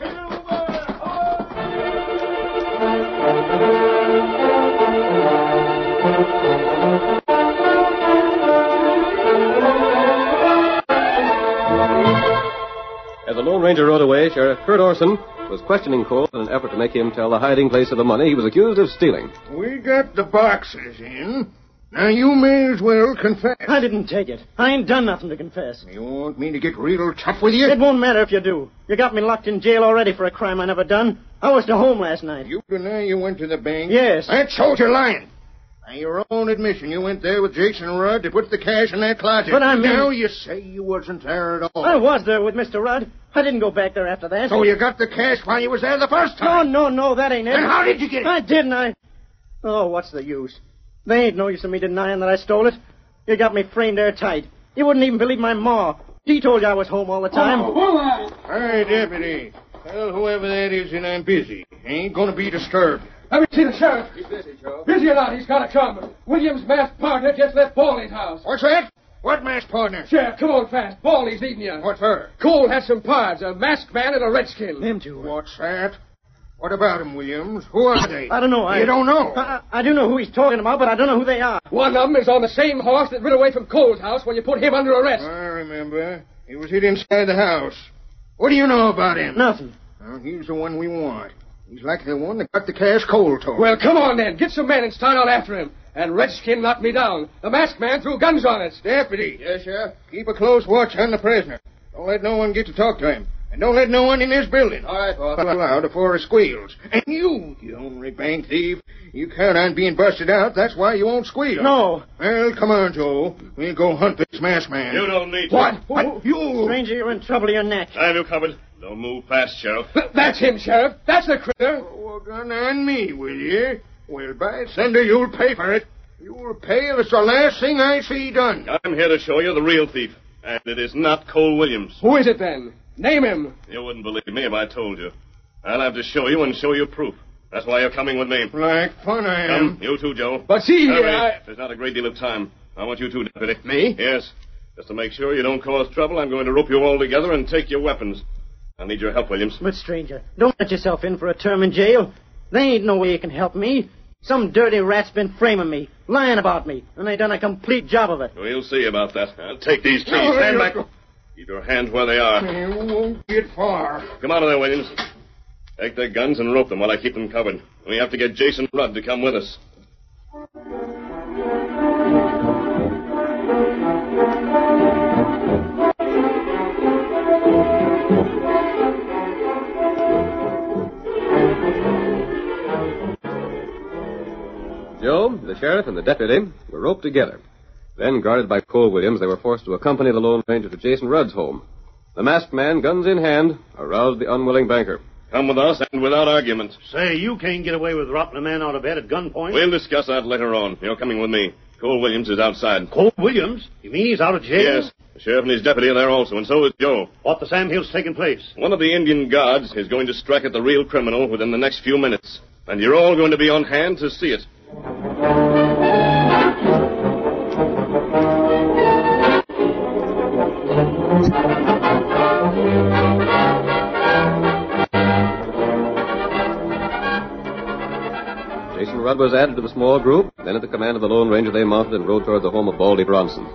As the Lone Ranger rode away, Sheriff Kurt Orson was questioning Cole in an effort to make him tell the hiding place of the money he was accused of stealing.
We got the boxes in. Now you may as well confess.
I didn't take it. I ain't done nothing to confess.
You want me to get real tough with you?
It won't matter if you do. You got me locked in jail already for a crime I never done. I was to home last night.
You deny you went to the bank?
Yes.
That shows you're lying. By your own admission, you went there with Jason Rudd to put the cash in that closet.
But I mean-
Now you say you wasn't there at all.
I was there with Mr. Rudd. I didn't go back there after that.
Oh. So you got the cash while you was there the first time?
No, no, no, that ain't it.
Then how did you get it?
I didn't. I. Oh, what's the use? They ain't no use of me denying that I stole it. You got me framed airtight. You wouldn't even believe my ma. She told you I was home all the
Oh,
time.
Hey, deputy. Tell whoever that is that I'm busy. Ain't gonna be disturbed.
Let me see the sheriff. He's busy, Joe. Busy or not, he's got to come. Williams' masked partner just left Baldy's house.
What's that? What masked partner?
Sheriff, come on fast. Baldy's eating you.
What for?
Cole has some pards, a masked man and a redskin.
Them two.
What's that? What about him, Williams? Who are they?
I don't know. I
You don't know?
I, I I do know who he's talking about, but I don't know who they are.
One of them is on the same horse that rid away from Cole's house when you put him under arrest.
I remember. He was hid inside the house. What do you know about him?
Nothing.
Well, he's the one we want. He's like the one that got the cash cold told.
Well, come on then. Get some men and start out after him. And Redskin knocked me down. The masked man threw guns on us.
Deputy. Yes, sir. Keep a close watch on the prisoner. Don't let no one get to talk to him. And don't let no one in this building. All right, boss. Loud before he squeals. And you, you only bank thief. You count on being busted out. That's why you won't squeal.
No.
Well, come on, Joe. We'll go hunt this masked man.
You don't need to.
What? What? You.
Stranger, you're in trouble of your neck.
I have you covered. Don't move fast, Sheriff.
That's him, Sheriff. That's the critter.
You're gonna Oh, on me, will you? Well, by thunder, you'll pay for it. You'll pay if it's the last thing I see done.
I'm here to show you the real thief, and it is not Cole Williams.
Who is it then? Name him.
You wouldn't believe me if I told you. I'll have to show you and show you proof. That's why you're coming with me.
Like fun I am.
Come, you too, Joe.
But see
Hurry.
here, I-
There's not a great deal of time. I want you too, deputy.
Me?
Yes. Just to make sure you don't cause trouble, I'm going to rope you all together and take your weapons. I'll need your help, Williams.
But, stranger, don't let yourself in for a term in jail. There ain't no way you can help me. Some dirty rat's been framing me, lying about me, and they done a complete job of it.
We'll see about that. I'll take these trees.
Oh,
Stand
you-
back. Keep your hands where they are.
You won't get far.
Come out of there, Williams. Take their guns and rope them while I keep them covered. We have to get Jason Rudd to come with us.
Joe, the sheriff, and the deputy were roped together. Then, guarded by Cole Williams, they were forced to accompany the Lone Ranger to Jason Rudd's home. The masked man, guns in hand, aroused the unwilling banker.
Come with us and without argument.
Say, you can't get away with rotting a man out of bed at gunpoint.
We'll discuss that later on. You're coming with me. Cole Williams is outside.
Cole Williams? You mean he's out of jail?
Yes. The sheriff and his deputy are there also, and so is Joe.
What the Sam Hill's taking place?
One of the Indian guards is going to strike at the real criminal within the next few minutes, and you're all going to be on hand to see it.
Jason Rudd was added to the small group. Then, at the command of the Lone Ranger, they mounted and rode toward the home of Baldy Bronson.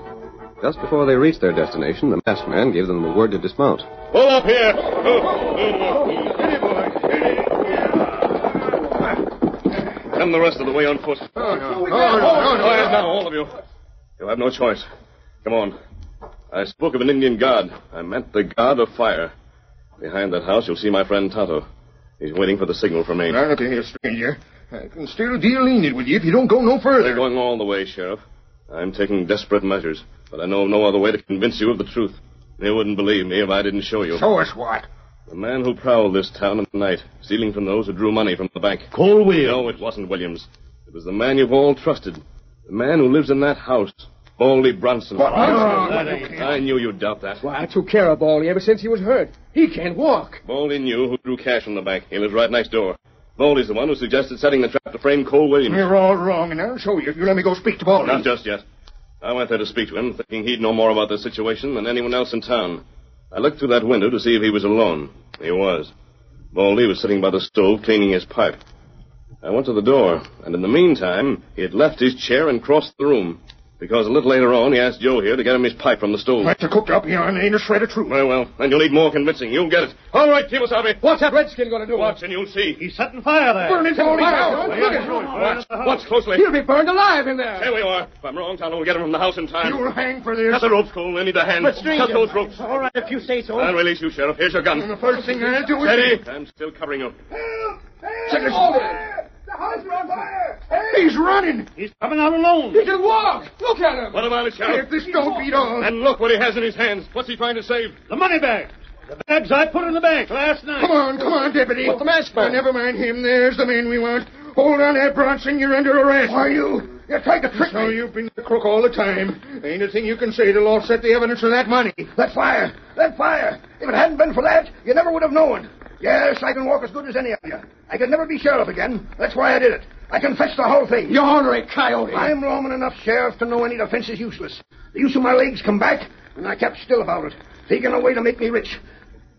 Just before they reached their destination, the masked man gave them the word to dismount.
Pull up here! Come the rest of the way on foot.
Oh, no. Oh, no, no,
Go ahead now,
no.
all of you. You'll have no choice. Come on. I spoke of an Indian guard. I meant the guard of fire. Behind that house, you'll see my friend Tonto. He's waiting for the signal from me.
Not here, stranger. I can still deal lenient with you if you don't go no further.
They're going all the way, Sheriff. I'm taking desperate measures, but I know of no other way to convince you of the truth. You wouldn't believe me if I didn't show you.
Show us what?
The man who prowled this town in the night, stealing from those who drew money from the bank.
Cole Williams.
No, it wasn't Williams. It was the man you've all trusted. The man who lives in that house, Baldy Bronson. I knew you'd doubt that.
Why, I took care of Baldy ever since he was hurt. He can't walk.
Baldy knew who drew cash from the bank. He lives right next door. Baldy's the one who suggested setting the trap to frame Cole Williams.
You're all wrong, and I'll show you if you let me go speak to Baldy.
Not just yet. I went there to speak to him, thinking he'd know more about the situation than anyone else in town. I looked through that window to see if he was alone. He was. Baldy was sitting by the stove cleaning his pipe. I went to the door, and in the meantime, he had left his chair and crossed the room. Because a little later on, he asked Joe here to get him his pipe from the stove.
But you cooked up here and ain't a shred of truth.
Very well. Then you'll need more convincing. You'll get it. All right, Kimasabi.
What's that redskin going to do?
Watch and you'll see.
He's setting fire there.
Burn his holy house.
Look at Watch, watch closely.
He'll be burned alive in there.
Here we are. If I'm wrong, Tonto, we'll get him from the house in time.
You'll hang for this.
Cut the ropes, Cole. I need a hand.
But stranger-
Cut those ropes.
All right, if you say so.
I'll release you, Sheriff. Here's your gun.
And the first thing I'll do is...
Steady. I'm still covering you.
Set it-
The house is on fire!
He's running.
He's coming out alone.
He can walk! Look at him!
What about it, Sheriff?
If this don't beat all...
And look what he has in his hands. What's he trying to save?
The money bag. The bags I put in the bank last night.
Come on, come on, deputy.
What's the mask for?
Oh, never mind him. There's the man we want. Hold on there, Bronson. You're under arrest. Why, you? You're trying to trick so me. you've been the crook all the time. Ain't a thing you can say to offset the evidence of that money.
That fire! That fire! If it hadn't been for that, you never would have known. Yes, I can walk as good as any of you. I could never be sheriff again. That's why I did it. I confess the whole thing.
You're ornery coyote.
I'm Roman enough, Sheriff, to know any defense is useless. The use of my legs come back, and I kept still about it, taking a way to make me rich.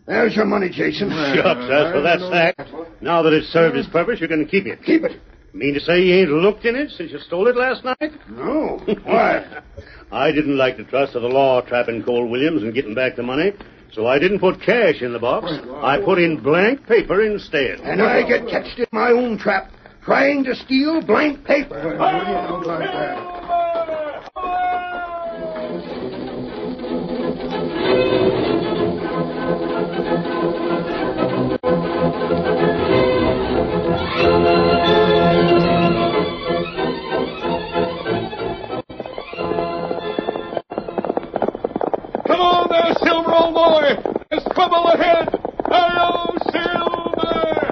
There's your money, Jason.
Shucks, as for that sack, now that it's served its purpose, you can keep it.
Keep it.
Mean to say you ain't looked in it since you stole it last night?
No. Why?
I didn't like the trust of the law trapping Cole Williams and getting back the money, so I didn't put cash in the box. I put in blank paper instead.
And I get catched in my own trap, trying to steal blank paper.
Come on there, Silver, old boy! There's trouble ahead! Hello, Silver!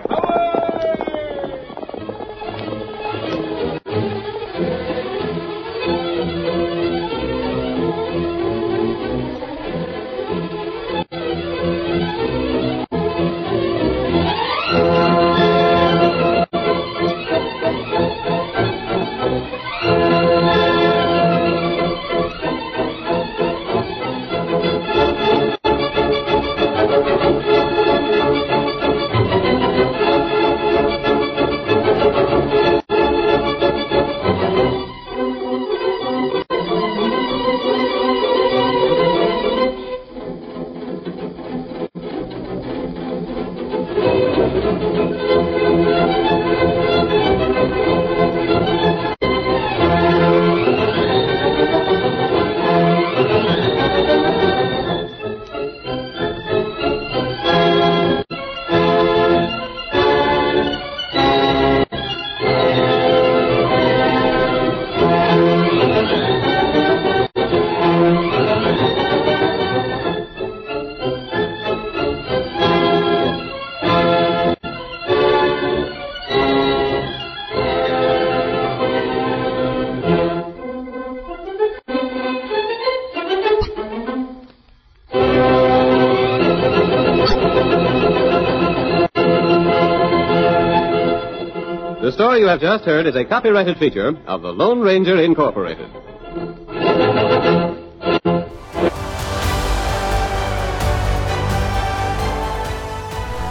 The story you have just heard is a copyrighted feature of the Lone Ranger Incorporated.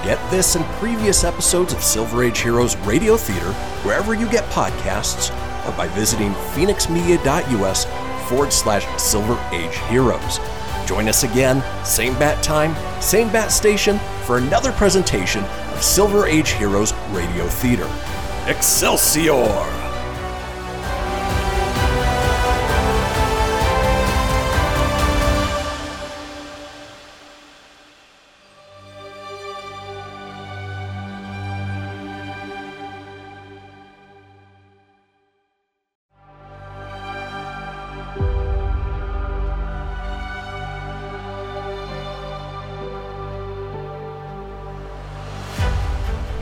Get this and previous episodes of Silver Age Heroes Radio Theater wherever you get podcasts or by visiting phoenixmedia.us forward slash Silver Age Heroes. Join us again, same bat time, same bat station, for another presentation of Silver Age Heroes Radio Theater. Excelsior!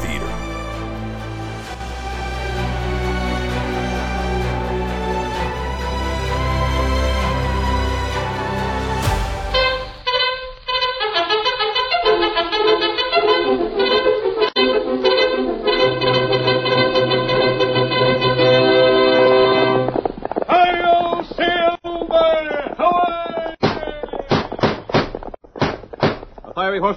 Theater.
Hail Silver!
A fiery horse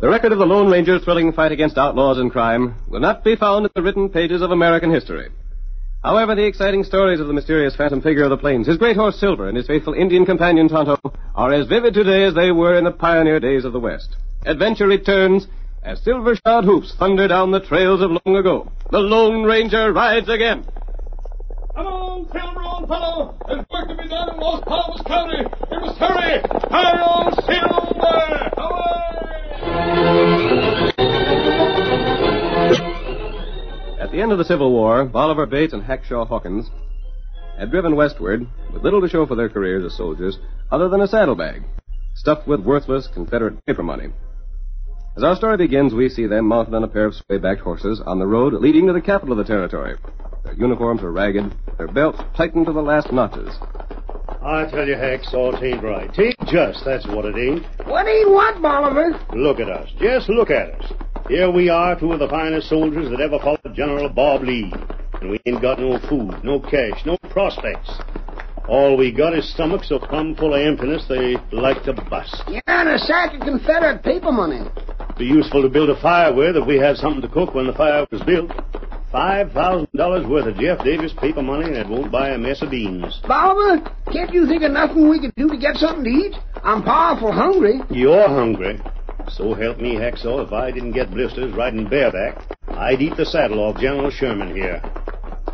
The record of the Lone Ranger's thrilling fight against outlaws and crime will not be found in the written pages of American history. However, the exciting stories of the mysterious phantom figure of the plains, his great horse Silver, and his faithful Indian companion Tonto are as vivid today as they were in the pioneer days of the West. Adventure returns as silver shod hoofs thunder down the trails of long ago. The Lone Ranger rides again.
Come on, Silver, old fellow! There's work to be done in Los Palmas County! We must hurry! Hail Silver!
At the end of the Civil War, Bolivar Bates and Hackshaw Hawkins had driven westward with little to show for their careers as soldiers other than a saddlebag stuffed with worthless Confederate paper money. As our story begins, we see them mounted on a pair of sway-backed horses on the road leading to the capital of the territory. Their uniforms are ragged, their belts tightened to the last notches.
I tell you, Hex, all ain't right. Tain't just, that's what it ain't.
What do you want, Bolivar?
Look at us. Just look at us. Here we are, two of the finest soldiers that ever followed General Bob Lee. And we ain't got no food, no cash, no prospects. All we got is stomachs so plumb full of emptiness they like to bust.
Yeah, and a sack of Confederate paper money.
Be useful to build a fire with if we had something to cook when the fire was built. Five thousand dollars worth of Jeff Davis paper money and it won't buy a mess of beans.
Bolivar, can't you think of nothing we could do to get something to eat? I'm powerful hungry.
You're hungry. So help me, Hexo, if I didn't get blisters riding bareback, I'd eat the saddle off General Sherman here.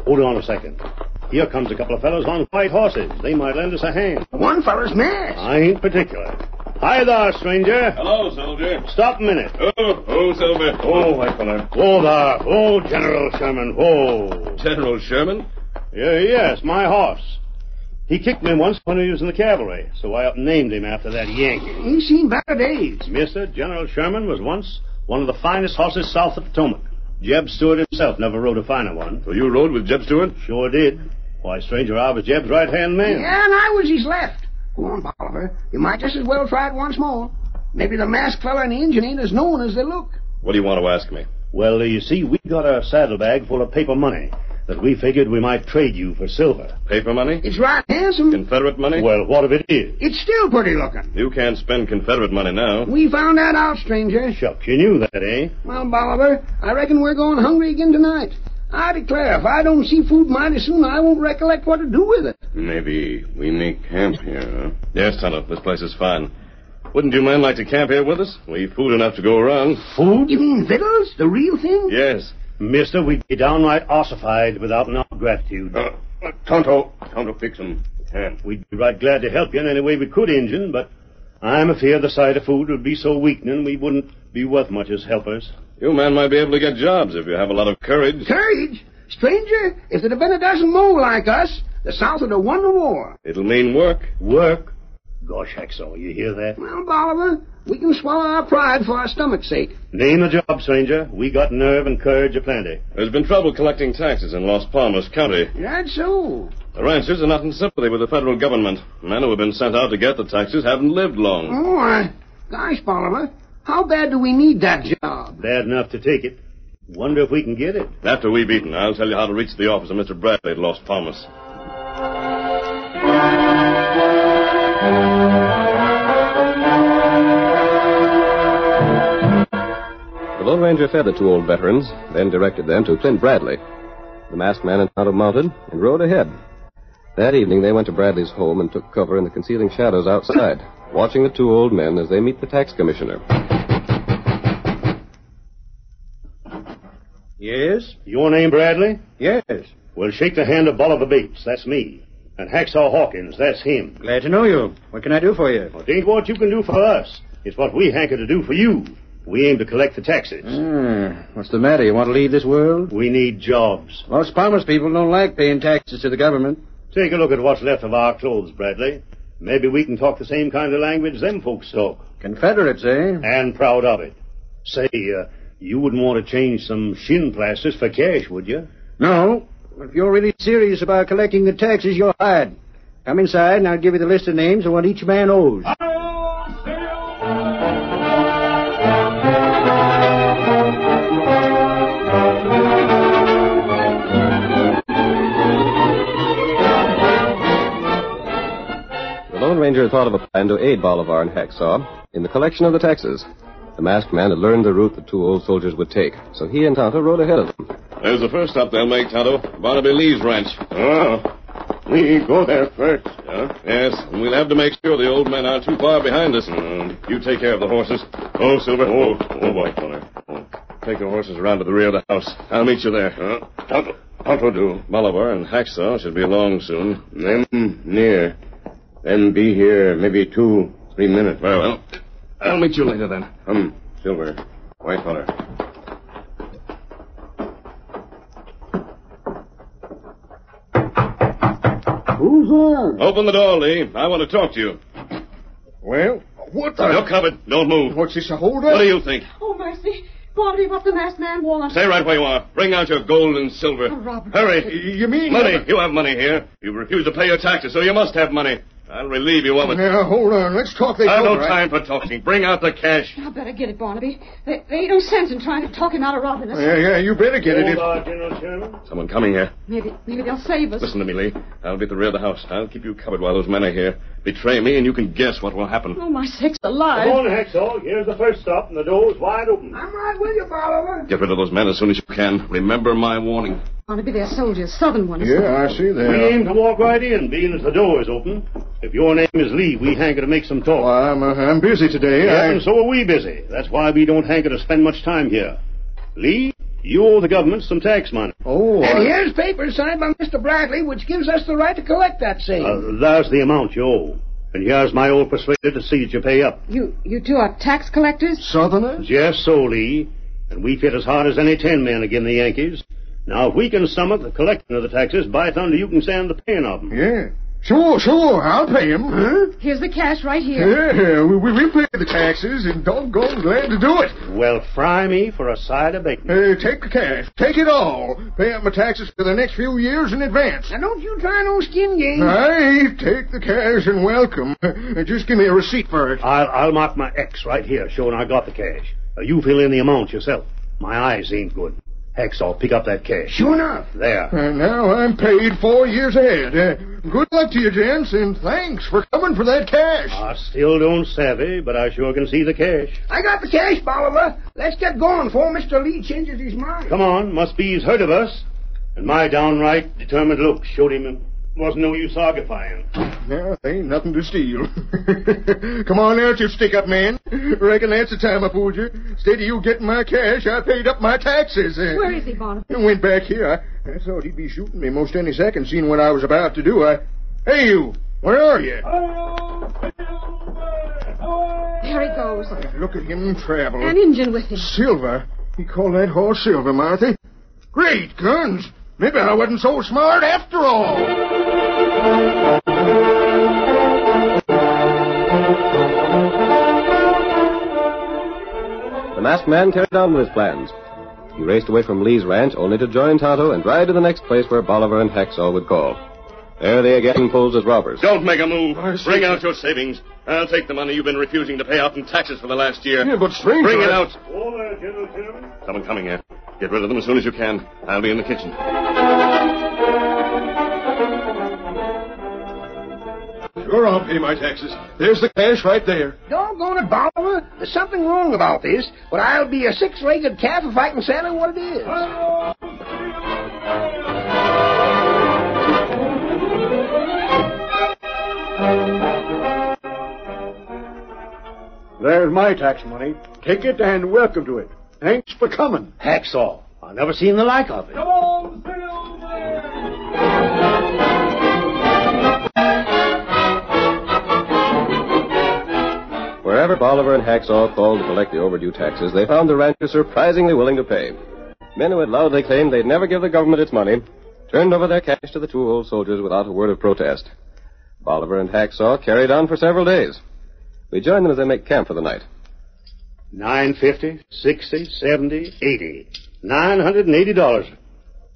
Hold on a second. Here comes a couple of fellows on white horses. They might lend us a hand.
One feller's mad.
I ain't particular. Hi there, stranger.
Oh,
Hello, soldier.
Stop a minute.
Oh, oh, Silver. Oh, white fellow.
Whoa there. Whoa, General Sherman. Whoa.
General Sherman?
Yeah, yes, my horse. He kicked me once when he was in the cavalry, so I up named him after that Yankee.
He's seen better days.
Mister, General Sherman was once one of the finest horses south of Potomac. Jeb Stuart himself never rode a finer one. So
you rode with Jeb Stuart?
Sure did. Why, stranger, I was Jeb's right hand man.
Yeah, and I was his left. Go on, Bolivar. You might just as well try it once more. Maybe the masked feller and the engine ain't as known as they look.
What do you want to ask me?
Well, you see, we got a saddlebag full of paper money. that we figured we might trade you for silver.
Paper money?
It's right handsome.
Confederate money?
Well, what if it is?
It's still pretty looking.
You can't spend Confederate money now.
We found that out, stranger.
Shucks, you knew that, eh?
Well, Bolivar, I reckon we're going hungry again tonight. I declare, if I don't see food mighty soon, I won't recollect what to do with it.
Maybe we make camp here, huh? Yes, Tonto. This place is fine. Wouldn't you men like to camp here with us? We've food enough to go around.
Food?
You mean victuals? The real thing?
Yes.
Mister, we'd be downright ossified without an our gratitude. Uh,
Tonto, Tonto, fix him. Can't.
We'd be right glad to help you in any way we could, Injun, but I'm afeard the sight of food would be so weakening we wouldn't be worth much as helpers.
You men might be able to get jobs if you have a lot of courage.
Courage? Stranger, if there'd have been a dozen more like us, the South would have won the war.
It'll mean work.
Work? Gosh, Hacksaw, you hear that?
Well, Bolivar, we can swallow our pride for our stomach's sake.
Name a job, stranger. We got nerve and courage aplenty.
There's been trouble collecting taxes in Los Palmas County.
That's so.
The ranchers are not in sympathy with the federal government. Men who have been sent out to get the taxes haven't lived long.
Oh, I... Gosh, Bolivar, how bad do we need that job?
Bad enough to take it. Wonder if we can get it.
After we've eaten, I'll tell you how to reach the office of Mr. Bradley at Los Palmas.
The Lone Ranger fed the two old veterans, then directed them to Clint Bradley. The masked man and Tonto mounted and rode ahead. That evening, they went to Bradley's home and took cover in the concealing shadows outside, watching the two old men as they meet the tax commissioner.
Yes? Your name Bradley?
Yes.
Well, shake the hand of Bolivar Bates. That's me. And Hacksaw Hawkins. That's him.
Glad to know you. What can I do for you?
Well, it ain't what you can do for us. It's what we hanker to do for you. We aim to collect the taxes.
Ah, what's the matter? You want to leave this world?
We need jobs.
Los Palmas people don't like paying taxes to the government.
Take a look at what's left of our clothes, Bradley. Maybe we can talk the same kind of language them folks talk.
Confederates, eh?
And proud of it. Say, uh, you wouldn't want to change some shin plasters for cash, would you?
No. If you're really serious about collecting the taxes, you're hired. Come inside and I'll give you the list of names and what each man owes.
The Lone Ranger had thought of a plan to aid Bolivar and Hacksaw in the collection of the taxes. The masked man had learned the route the two old soldiers would take, so he and Tonto rode ahead of them.
There's the first stop they'll make, Tonto. Barnaby Lee's ranch.
Oh, we go there first.
Huh? Yes, and we'll have to make sure the old men aren't too far behind us. Hmm. you take care of the horses. Oh, Silver. Oh, oh boy, Tonto. Oh. Take the horses around to the rear of the house. I'll meet you there.
Huh? Tonto, Tonto do.
Bolivar and Hacksaw should be along soon.
Them near. Them be here maybe two, three minutes.
Very well. I'll meet you later then.
Come, Silver. White feller.
Who's there?
Open the door, Lee. I want to talk to you.
Well, what the...
You're covered. Don't move.
What's this, a holdup?
What do you think?
Oh, mercy. Bobby, what the masked man wants.
Stay right where you are. Bring out your gold and silver.
Oh, Robert.
Hurry.
You mean...
Money. You have money here. You refuse to pay your taxes, so you must have money. I'll relieve you of it.
Now, hold on. Let's talk this
I've no
over. I-
time for talking. Bring out the cash.
I better get it, Barnaby. There, there ain't no sense in trying to talk him out of robbing us.
Yeah, yeah, you better get it.
Hold
If...
our General Sherman.
Someone coming here.
Maybe, maybe they'll save us.
Listen to me, Lee. I'll be at the rear of the house. I'll keep you covered while those men are here. Betray me, and you can guess what will happen.
Oh, my sakes
Come
alive.
on, Hacksaw. Here's the first stop, and the door's wide open.
I'm right with you, Bolivar.
Get rid of those men as soon as you can. Remember my warning.
Barnaby, they're soldiers, southern ones.
Yeah, I see that.
We aim to walk right in, being as the door is open. If your name is Lee, we hanker to make some talk.
Well, I'm, uh, I'm busy today.
Yes,
I-
and so are we busy. That's why we don't hanker to spend much time here. Lee, you owe the government some tax money.
Oh,
And
I...
here's papers signed by Mr. Bradley, which gives us the right to collect that same.
Uh, there's the amount you owe. And here's my old persuader to see that you pay up.
You, you two are tax collectors?
Southerners?
Just so, Lee. And we fit as hard as any ten men again the Yankees. Now, if we can stomach the collecting of the taxes, by thunder, you can stand the paying of them.
Yeah. Sure, sure. I'll pay him. Huh?
Here's the cash right here.
Yeah, we, we, we pay the taxes, and doggone glad to do it.
Well, fry me for a side of bacon.
Uh, take the cash. Take it all. Pay up my taxes for the next few years in advance.
Now, don't you try no skin game.
Aye, take the cash and welcome. Just give me a receipt for it.
I'll, I'll mark my X right here, showing I got the cash. Uh, you fill in the amount yourself. My eyes ain't good. Hacksaw, pick up that cash.
Sure enough.
There.
Uh, now I'm paid four years ahead. Uh, good luck to you, gents, and thanks for coming for that cash.
I still don't savvy, but I sure can see the cash.
I got the cash, Bolivar. Let's get going before Mr. Lee changes his mind.
Come on, must be he's heard of us. And my downright determined look showed him it wasn't no use argufying.
Now, there ain't nothing to steal. Come on out, you stick-up man. Reckon that's the time I fooled you. Instead of you getting my cash, I paid up my taxes. Uh,
Where is he, Boniface?
And went back here. I, I thought he'd be shooting me most any second, seeing what I was about to do. I. Hey, you! Where are you?
There he goes.
Look at him travel.
An engine with him.
Silver? He called that horse Silver, Marthy? Great guns! Maybe I wasn't so smart after all.
The masked man carried on with his plans. He raced away from Lee's ranch only to join Tonto and ride to the next place where Bolivar and Hacksaw would call. There they again posed as robbers.
Don't make a move. Bring out your savings. I'll take the money you've been refusing to pay out in taxes for the last year.
Yeah, but stranger,
Bring it
I-
out. Someone coming here. Get rid of them as soon as you can. I'll be in the kitchen.
Sure, I'll pay my taxes. There's the cash right there.
Doggone it, Bolivar. There's something wrong about this, but I'll be a six-legged calf if I can settle what it is.
There's my tax money. Take it and welcome to it. Thanks for coming.
Hacksaw. I never seen the like of it.
Wherever Bolivar and Hacksaw called to collect the overdue taxes, they found the ranchers surprisingly willing to pay. Men who had loudly claimed they'd never give the government its money turned over their cash to the two old soldiers without a word of protest. Bolivar and Hacksaw carried on for several days. We join them as they make camp for the night.
950, 60, 70, 80. $980.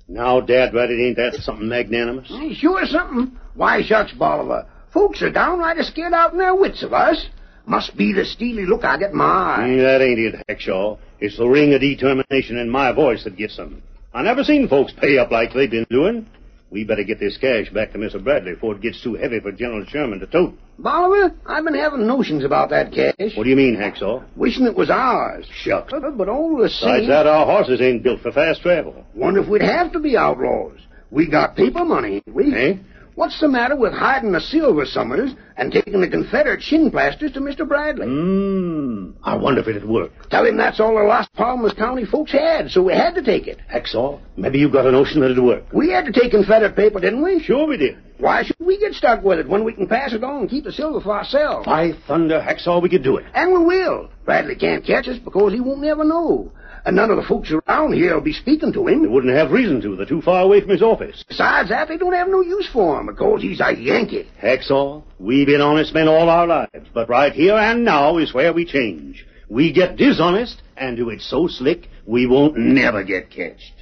Now, Dad, right, it ain't that something magnanimous?
Hey, Sure something. Why, shucks, Bolivar. Folks are downright a scared out in their wits of us. Must be the steely look I get in my eye.
Mm, that ain't it, Hackshaw. It's the ring of determination in my voice that gets them. I never seen folks pay up like they've been doing. We better get this cash back to Mr. Bradley before it gets too heavy for General Sherman to tote.
Bolivar, I've been having notions about that cash,
What do you mean, Hacksaw?
wishing it was ours.
Shucks.
But all the
Besides
same,
that, uh, our horses ain't built for fast travel.
wonder if we'd have to be outlaws. We got paper money, ain't we?
Eh?
What's the matter with hiding the silver summers and taking the Confederate shin plasters to Mr. Bradley?
Mmm. I wonder if it'd work.
Tell him that's all the Las Palmas County folks had, so we had to take it.
Hacksaw, maybe you've got a notion that it'd work.
We had to take Confederate paper, didn't we?
Sure we did.
Why should we get stuck with it when we can pass it on and keep the silver for ourselves?
By thunder, Hacksaw, we could do it.
And we will. Bradley can't catch us because he won't never know. And none of the folks around here will be speaking to him.
They wouldn't have reason to. They're too far away from his office.
Besides that, they don't have no use for him because he's a Yankee.
Hacksaw, we've been honest men all our lives, but right here and now is where we change. We get dishonest and do it so slick we won't never get catched.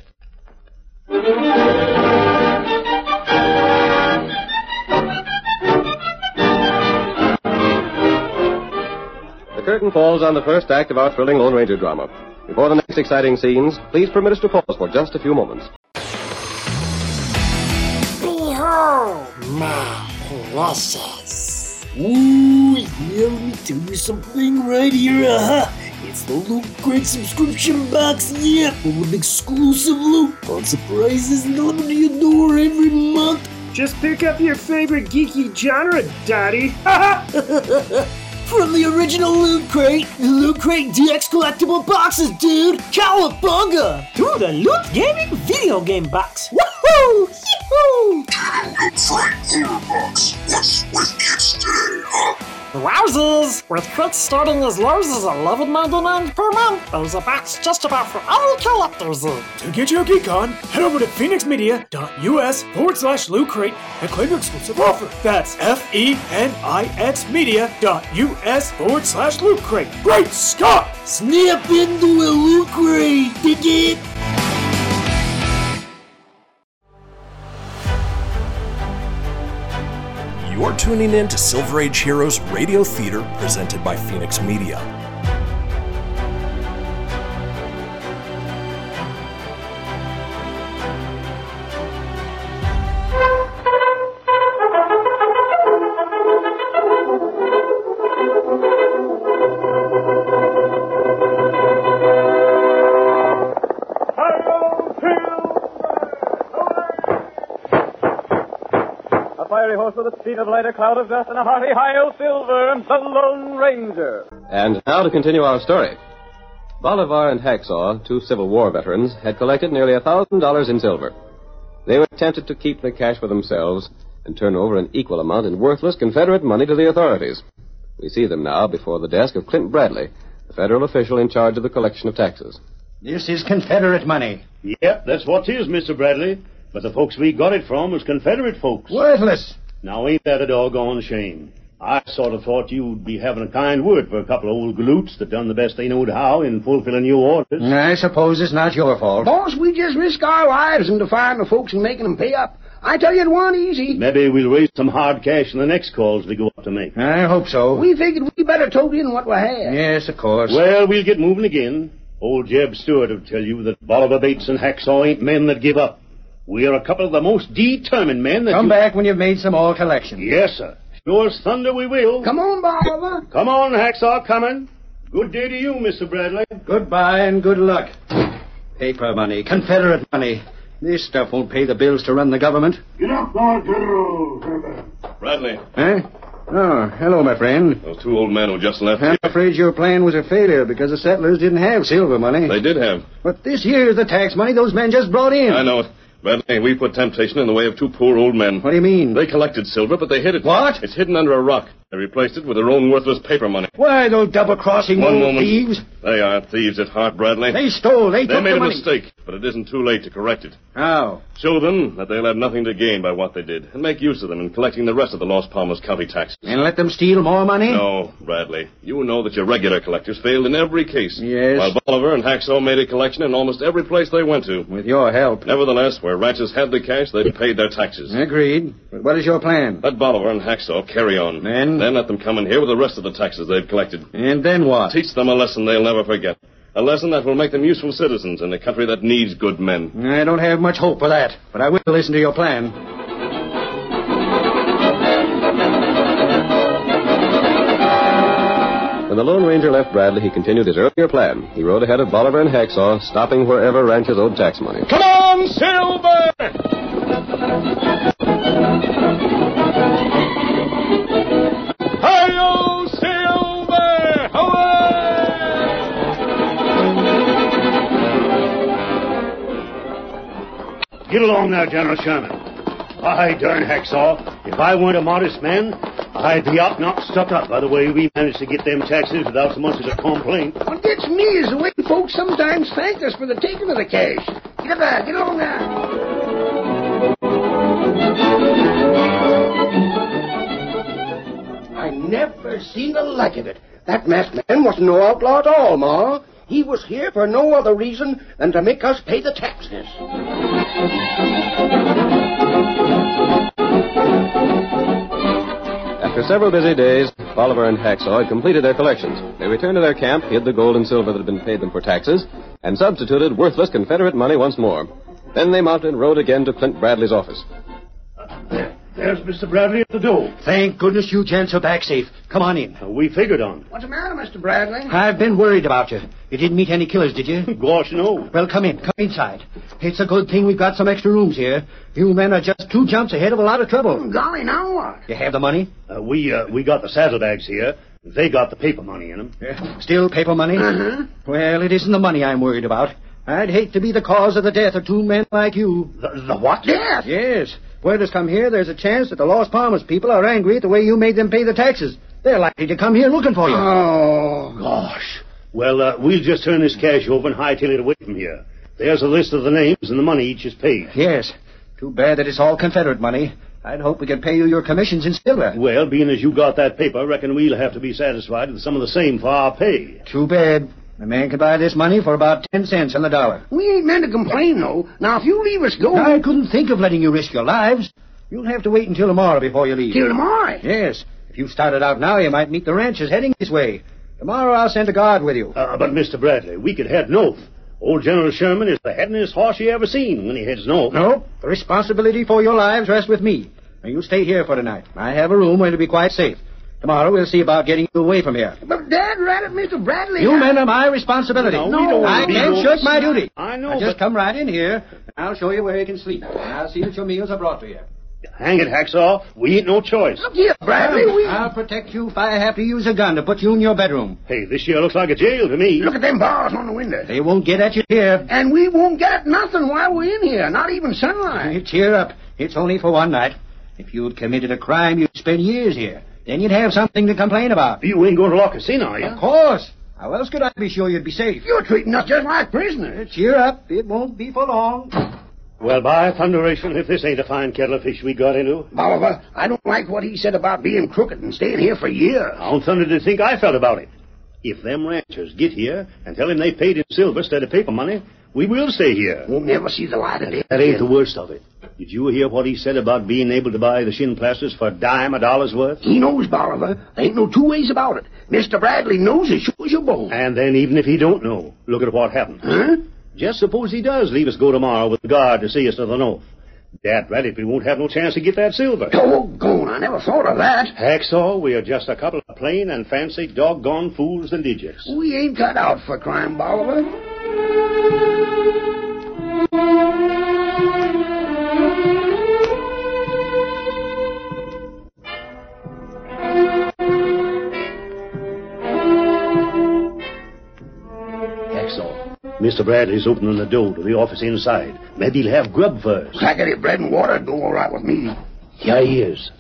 The curtain falls on the first act of our thrilling Lone Ranger drama. Before the next exciting scenes, please permit us to pause for just a few moments.
Behold my process. Ooh, yeah, let me tell you something right here. Uh-huh. It's the Loot Crate subscription box, yeah, full of exclusive loot, fun surprises delivered to your door every month. Just pick up your favorite geeky genre, Daddy. From the original Loot Crate, the Loot Crate DX collectible boxes, dude! Cowabunga! To the Loot Gaming video game box! Woohoo! Yee-hoo!
What's with kids today, huh?
Wowzers! With crits starting as low as 11.99 per month, there's a box just about for all collectors.
To get your geek on, head over to phoenixmedia.us forward slash loot crate and claim your exclusive offer. That's F E N I X media.us forward slash loot crate. Great Scott!
Snap into a loot crate, dig it?
You're tuning in to Silver Age Heroes Radio Theater presented by Phoenix Media.
over the speed of light, a cloud of dust, and a hearty high o silver, the Lone Ranger.
And now to continue our story. Bolivar and Hacksaw, two Civil War veterans, had collected nearly a thousand dollars in silver. They were tempted to keep the cash for themselves and turn over an equal amount in worthless Confederate money to the authorities. We see them now before the desk of Clint Bradley, the federal official in charge of the collection of taxes.
This is Confederate money. Yep, that's what it is, Mr. Bradley. But the folks we got it from was Confederate folks. Worthless. Now, ain't that a doggone shame? I sort of thought you'd be having a kind word for a couple of old galoots that done the best they knowed how in fulfilling your orders. I suppose it's not your fault.
Boss, we just risk our lives in defying the folks and making them pay up. I tell you, it wa'n't easy.
Maybe we'll raise some hard cash in the next calls we go up to make. I hope so.
We figured we better tote in what we had.
Yes, of course. Well, we'll get moving again. Old Jeb Stewart will tell you that Bolivar Bates and Hacksaw ain't men that give up. We are a couple of the most determined men that.
Come
back when you've made some all collection. Yes, sir. Sure as thunder we will.
Come on, Bolivar.
Come on, Hacksaw, coming. Good day to you, Mr. Bradley. Goodbye and good luck.
Paper money, Confederate money. This stuff won't pay the bills to run the government.
Get up, boy, General.
Bradley,
Huh? Oh, hello, my friend.
those two old men who just left
I'm afraid your plan was a failure because the settlers didn't have silver money.
here, they did have.
But this here's the tax money those men just brought in.
I know it. Bradley, we put temptation in the way of two poor old men. What
do you mean?
They collected silver, but they hid it. What? It's hidden under a rock. They replaced it with their own worthless paper money.
Why, those double-crossing
One
old
moment.
thieves?
They aren't thieves at heart, Bradley.
They stole. They, took
made
the
a
money.
mistake, but it isn't too late to correct it.
How?
Show them that they'll have nothing to gain by what they did, and make use of them in collecting the rest of the Los Palmas county taxes.
And let them steal more money?
No, Oh, Bradley. You know that your regular collectors failed in every case. Yes. While Bolivar and Hacksaw made a collection in almost every place they went to.
With your help.
Nevertheless, where ranchers had the cash, they paid their taxes.
Agreed. But what is your plan?
Let Bolivar and Hacksaw carry on. Then? Then let them come in here with the rest of the taxes they've collected.
And then what?
Teach them a lesson they'll never forget. A lesson that will make them useful citizens in a country that needs good men.
I don't have much hope for that, but I will listen to your plan.
When the Lone Ranger left Bradley, he continued his earlier plan. He rode ahead of Bolivar and Hacksaw, stopping wherever ranchers owed tax money.
Come on, Silver! Hi-yo, Silver!
Get along now, General Sherman. By darn Hacksaw, if I weren't a modest man, I'd be out and out stuck up by the way we managed to get them taxes without so much as a complaint.
What gets me is the way folks sometimes thank us for the taking of the cash. Get up there, get along there. I never seen the like of it. That masked man was no outlaw at all, Ma. He was here for no other reason than to make us pay the taxes.
After several busy days, Bolivar and Hacksaw had completed their collections. They returned to their camp, hid the gold and silver that had been paid them for taxes, and substituted worthless Confederate money once more. Then they mounted and rode again to Clint Bradley's office.
There's Mr. Bradley at the door.
Thank goodness you gents are back safe. Come on in.
We figured on.
What's the matter, Mr. Bradley?
I've been worried about you. You didn't meet any killers, did you?
Gosh, no.
Well, come in. Come inside. It's a good thing we've got some extra rooms here. You men are just two jumps ahead of a lot of trouble.
Golly, now what?
You have the money?
Uh, we uh, we got the saddlebags here. They got the paper money in them.
Still paper money?
Uh-huh.
Well, it isn't the money I'm worried about. I'd hate to be the cause of the death of two men like you.
The, the what?
Death?
Yes. Word has come here there's a chance that the Los Palmas people are angry at the way you made them pay the taxes. They're likely to come here looking for you.
Oh,
gosh. Well, uh, we'll just turn this cash over and hightail it away from here. There's a list of the names and the money each is paid.
Yes. Too bad that it's all Confederate money. I'd hope we could pay you your commissions in silver.
Well, being as you got that paper, reckon we'll have to be satisfied with some of the same for our pay.
Too bad. A man could buy this money for about ten cents on the dollar.
We ain't meant to complain, though. Now, if you leave us go.
I couldn't think of letting you risk your lives. You'll have to wait until tomorrow before you leave.
Till tomorrow?
Yes. If you started out now, you might meet the ranchers heading this way. Tomorrow I'll send a guard with you.
Uh, but, Mr. Bradley, we could head north. Old General Sherman is the headin'est horse you ever seen when he heads north.
No, the responsibility for your lives rests with me. Now, you stay here for tonight. I have a room where it'll be quite safe. Tomorrow we'll see about getting you away from here.
But Dad ran at Mr. Bradley.
You men are my responsibility.
No, we don't
I
be
can't
no-
shirk my duty.
I know,
Now just
but-
come right in here, and I'll show you where you can sleep. And I'll see that your meals are brought to you.
Hang it, Hacksaw. We ain't no choice.
Look here, Bradley, we-
I'll protect you if I have to use a gun to put you in your bedroom.
Hey, this here looks like a jail to me.
Look at them bars on the window.
They won't get at you here.
And we won't get nothing while we're in here, not even sunlight.
Hey, cheer up. It's only for one night. If you'd committed a crime, you'd spend years here. Then you'd have something to complain about.
You ain't going to La Casino, are you?
Of course. How else could I be sure you'd be safe? Uh,
You're treating us just like prisoners.
Cheer up. It won't be for long.
Well, by thunderation, if this ain't a fine kettle of fish we got into.
Bolivar, I don't like what he said about being crooked and staying here for years.
How in thunder do you think I felt about it? If them ranchers get here and tell him they paid in silver instead of paper money, we will stay here.
We'll never see the light of day.
That ain't the worst of it. Did you hear what he said about being able to buy the shin plasters for a dime a dollar's worth?
He knows, Bolivar. There ain't no two ways about it. Mr. Bradley knows as sure as your bone.
And then even if he don't know, look at what happened.
Huh?
Just suppose he does leave us go tomorrow with the guard to see us to the north. Dad Raddick, we won't have no chance to get that silver.
Doggone, I never thought of that.
Hacksaw, we are just a couple of plain and fancy doggone fools and idiots.
We ain't cut out for crime, Bolivar.
Hacksaw, Mr. Bradley's opening the door to the office inside. Maybe he'll have grub first.
Clackety bread and water'd go all right with me.
Here he is.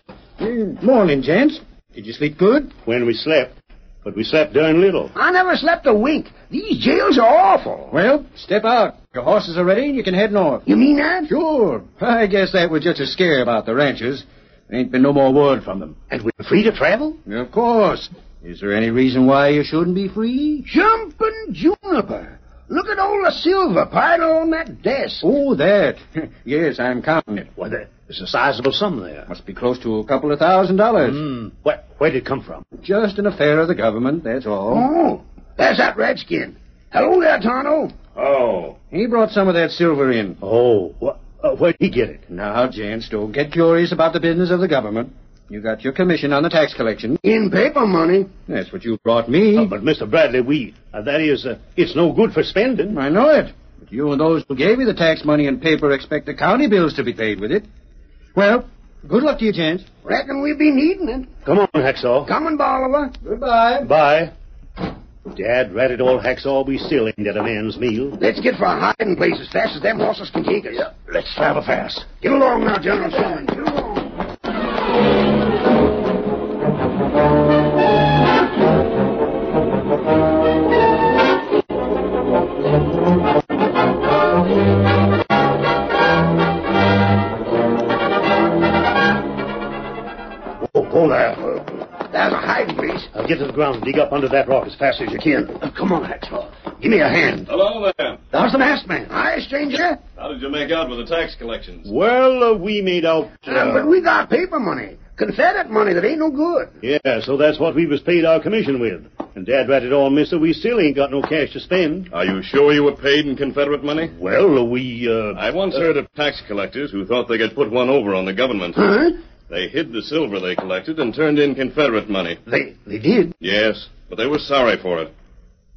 Mm, Morning, gents. Did you sleep good?
When we slept, but we slept darn little.
I never slept a wink. These jails are awful.
Well, step out. Your horses are ready and you can head north.
You mean that?
Sure. I guess that was just a scare about the ranchers. There ain't been no more word from them.
And we're free to travel?
Of course. Is there any reason why you shouldn't be free?
Jumping juniper. Look at all the silver piled on that desk.
Oh, that. yes, I'm counting it.
Why, there- there's a sizable sum there.
Must be close to a couple of thousand dollars.
Hmm. Where, where'd it come from?
Just an affair of the government, that's all.
Oh, there's that redskin. Hello there, Tonto.
Oh.
He brought some of that silver in.
Oh, wh- uh, where'd he get it?
Now, gents, don't get curious about the business of the government. You got your commission on the tax collection.
In paper money.
That's what you brought me.
Oh, but Mr. Bradley, we, uh, that is, uh, it's no good for spending.
I know it. But you and those who gave you the tax money and paper expect the county bills to be paid with it. Well, good luck to you, gents.
Reckon we be needing it.
Come on, Hacksaw.
Coming, Bolivar.
Goodbye.
Bye. Dad, rat it all, Hacksaw, we still ain't at a man's meal.
Let's get for a hiding place as fast as them horses can take us.
Let's travel fast.
Get along now, General Sherman. Get along.
Oh, go there.
There's a hiding place.
Now get to the ground and dig up under that rock as fast as you
Ken,
can.
uh, come on, Hacksaw. Give me a hand.
uh,
Hello there.
How's the masked man? Hi, stranger.
How did you make out with the tax collections?
Well, uh, we made out.
Uh, but we got paper money. Confederate money that ain't no good.
Yeah, so that's what we was paid our commission with. And Dad, rat it all, mister, we still ain't got no cash to spend.
Are you sure you were paid in Confederate money?
Well, uh, we, uh...
I once heard of tax collectors who thought they could put one over on the government.
Huh?
They hid the silver they collected and turned in Confederate money.
They they did.
Yes, but they were sorry for it.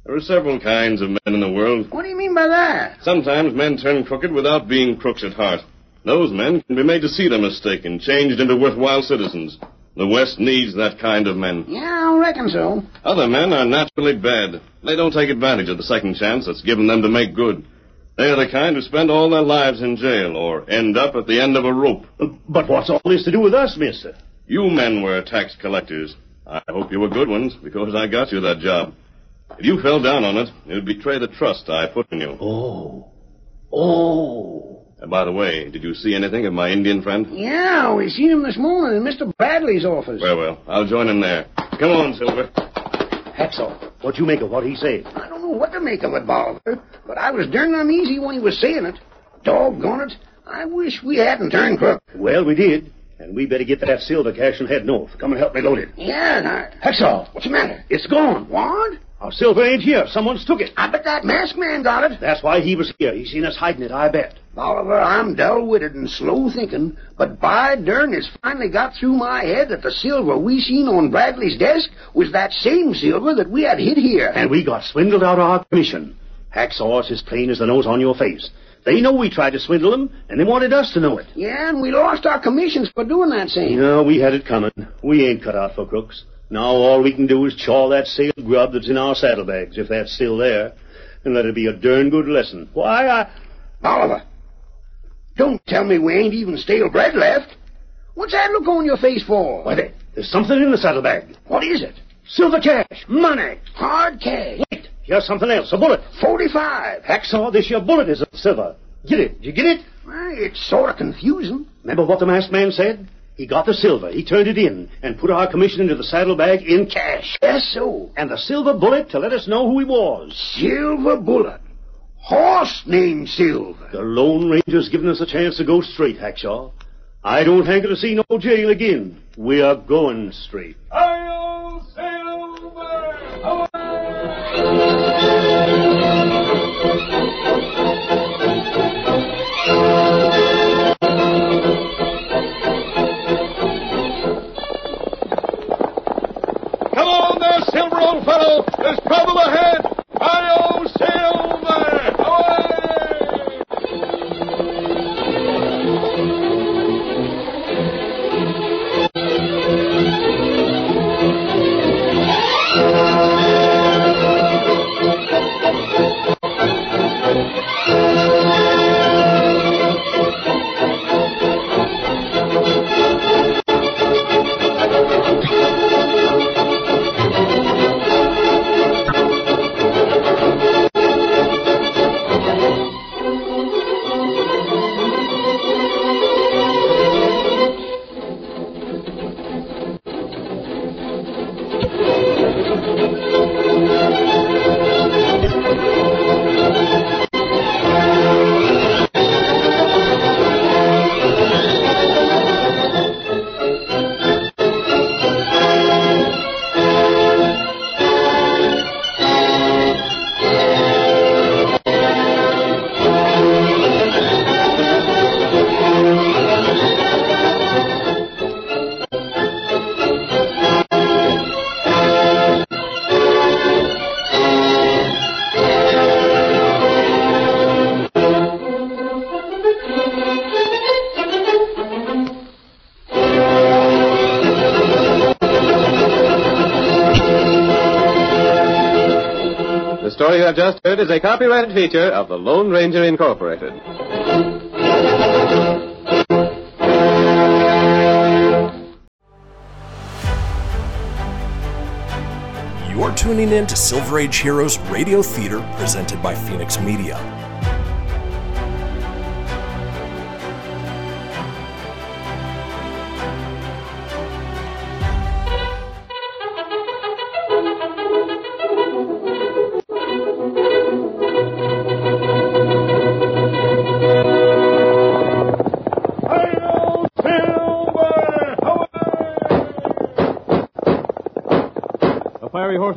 There are several kinds of men in the world.
What do you mean by that?
Sometimes men turn crooked without being crooks at heart. Those men can be made to see their mistake and changed into worthwhile citizens. The West needs that kind of men.
Yeah, I reckon so.
Other men are naturally bad. They don't take advantage of the second chance that's given them to make good. They are the kind who spend all their lives in jail or end up at the end of a rope.
But what's all this to do with us, mister?
You men were tax collectors. I hope you were good ones, because I got you that job. If you fell down on it, it would betray the trust I put in you.
Oh. Oh.
And by the way, did you see anything of my Indian friend?
Yeah, we seen him this morning in Mr. Bradley's office.
Well, well, I'll join him there. Come on, Silver.
Hacksaw, what you make of what he said?
I don't know what to make of it, Bolivar, but I was darn uneasy when he was saying it. Doggone it. I wish we hadn't turned crook.
Well, we did. And we better get that silver cash and head north. Come and help me load it.
Yeah, and I...
Hacksaw,
What's the matter?
it's gone.
What?
Our silver ain't here. Someone's took it.
I bet that masked man got it.
That's why he was here. He seen us hiding it, I bet.
Bolivar, I'm dull-witted and slow-thinking, but by darn, it's finally got through my head that the silver we seen on Bradley's desk was that same silver that we had hid here.
And we got swindled out of our commission. Hacksaw, it's as plain as the nose on your face. They know we tried to swindle them, and they wanted us to know it.
Yeah, and we lost our commissions for doing that same.
No, we had it coming. We ain't cut out for crooks. Now all we can do is chaw that stale grub that's in our saddlebags, if that's still there, and let it be a darn good lesson. Why, I...
Oliver, don't tell me we ain't even stale bread left. What's that look on your face for?
Why, there- there's something in the saddlebag.
What is it?
Silver cash, money.
Hard cash.
Wait, here's something else, a bullet.
45.
Hacksaw, this your bullet is of silver. Get it, Did you get it?
Why, it's sort of confusing.
Remember what the masked man said? He got the silver, he turned it in, and put our commission into the saddlebag in cash.
Yes, so.
And the silver bullet to let us know who he was.
Silver bullet. Horse named Silver.
The Lone Ranger's given us a chance to go straight, Hackshaw. I don't hanker to see no jail again. We are going straight.
Come on there, Silver, old fellow. There's trouble ahead. Hi-yo, Silver.
The story you have just heard is a copyrighted feature of the Lone Ranger Incorporated.
You're tuning in to Silver Age Heroes Radio Theater presented by Phoenix Media.
A fiery horse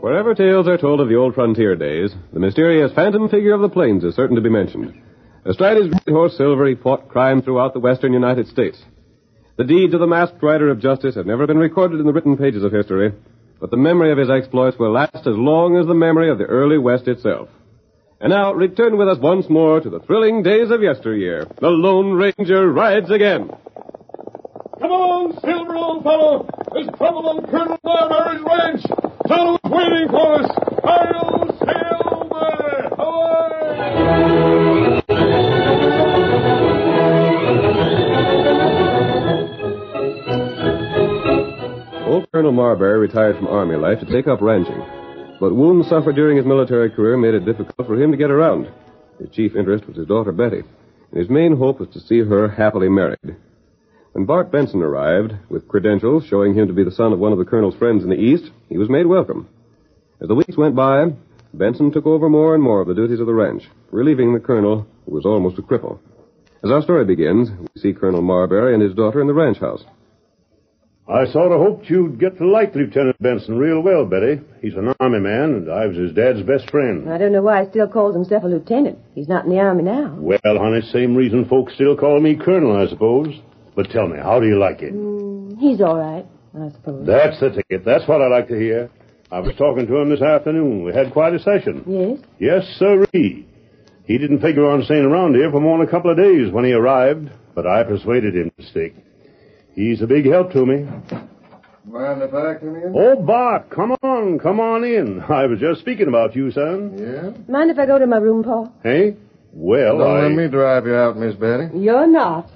Wherever tales are told of the old frontier days, the mysterious phantom figure of the plains is certain to be mentioned. Astride his great horse Silver, he fought crime throughout the western United States. The deeds of the masked rider of justice have never been recorded in the written pages of history, but the memory of his exploits will last as long as the memory of the early West itself. And now, return with us once more to the thrilling days of yesteryear. The Lone Ranger rides again.
Come on, Silver, old fellow. There's trouble on Colonel Marbury's ranch. Tonto's waiting for us. I'll sail there.
Old Colonel Marbury retired from Army life to take up ranching, but wounds suffered during his military career made it difficult for him to get around. His chief interest was his daughter Betty, and his main hope was to see her happily married. When Bart Benson arrived, with credentials showing him to be the son of one of the Colonel's friends in the East, he was made welcome. As the weeks went by, Benson took over more and more of the duties of the ranch, relieving the Colonel, who was almost a cripple. As our story begins, we see Colonel Marbury and his daughter in the ranch house.
I sort of hoped you'd get to like Lieutenant Benson real well, Betty. He's an army man, and I was his dad's best friend.
I don't know why he still calls himself a lieutenant. He's not in the army now.
Well, honey, same reason folks still call me Colonel, I suppose. But tell me, how do you like it?
He's all right, I suppose.
That's the ticket. That's what I like to hear. I was talking to him this afternoon. We had quite a session.
Yes?
Yes, sirree. He didn't figure on staying around here for more than a couple of days when he arrived, but I persuaded him to stick. He's a big help to me.
Mind if I come in?
Oh, Bart, come on, come on in. I was just speaking about you, son.
Yeah?
Mind if I go to my room, Paul?
Hey? Well,
Don't
I...
let me drive you out, Miss Betty.
You're not.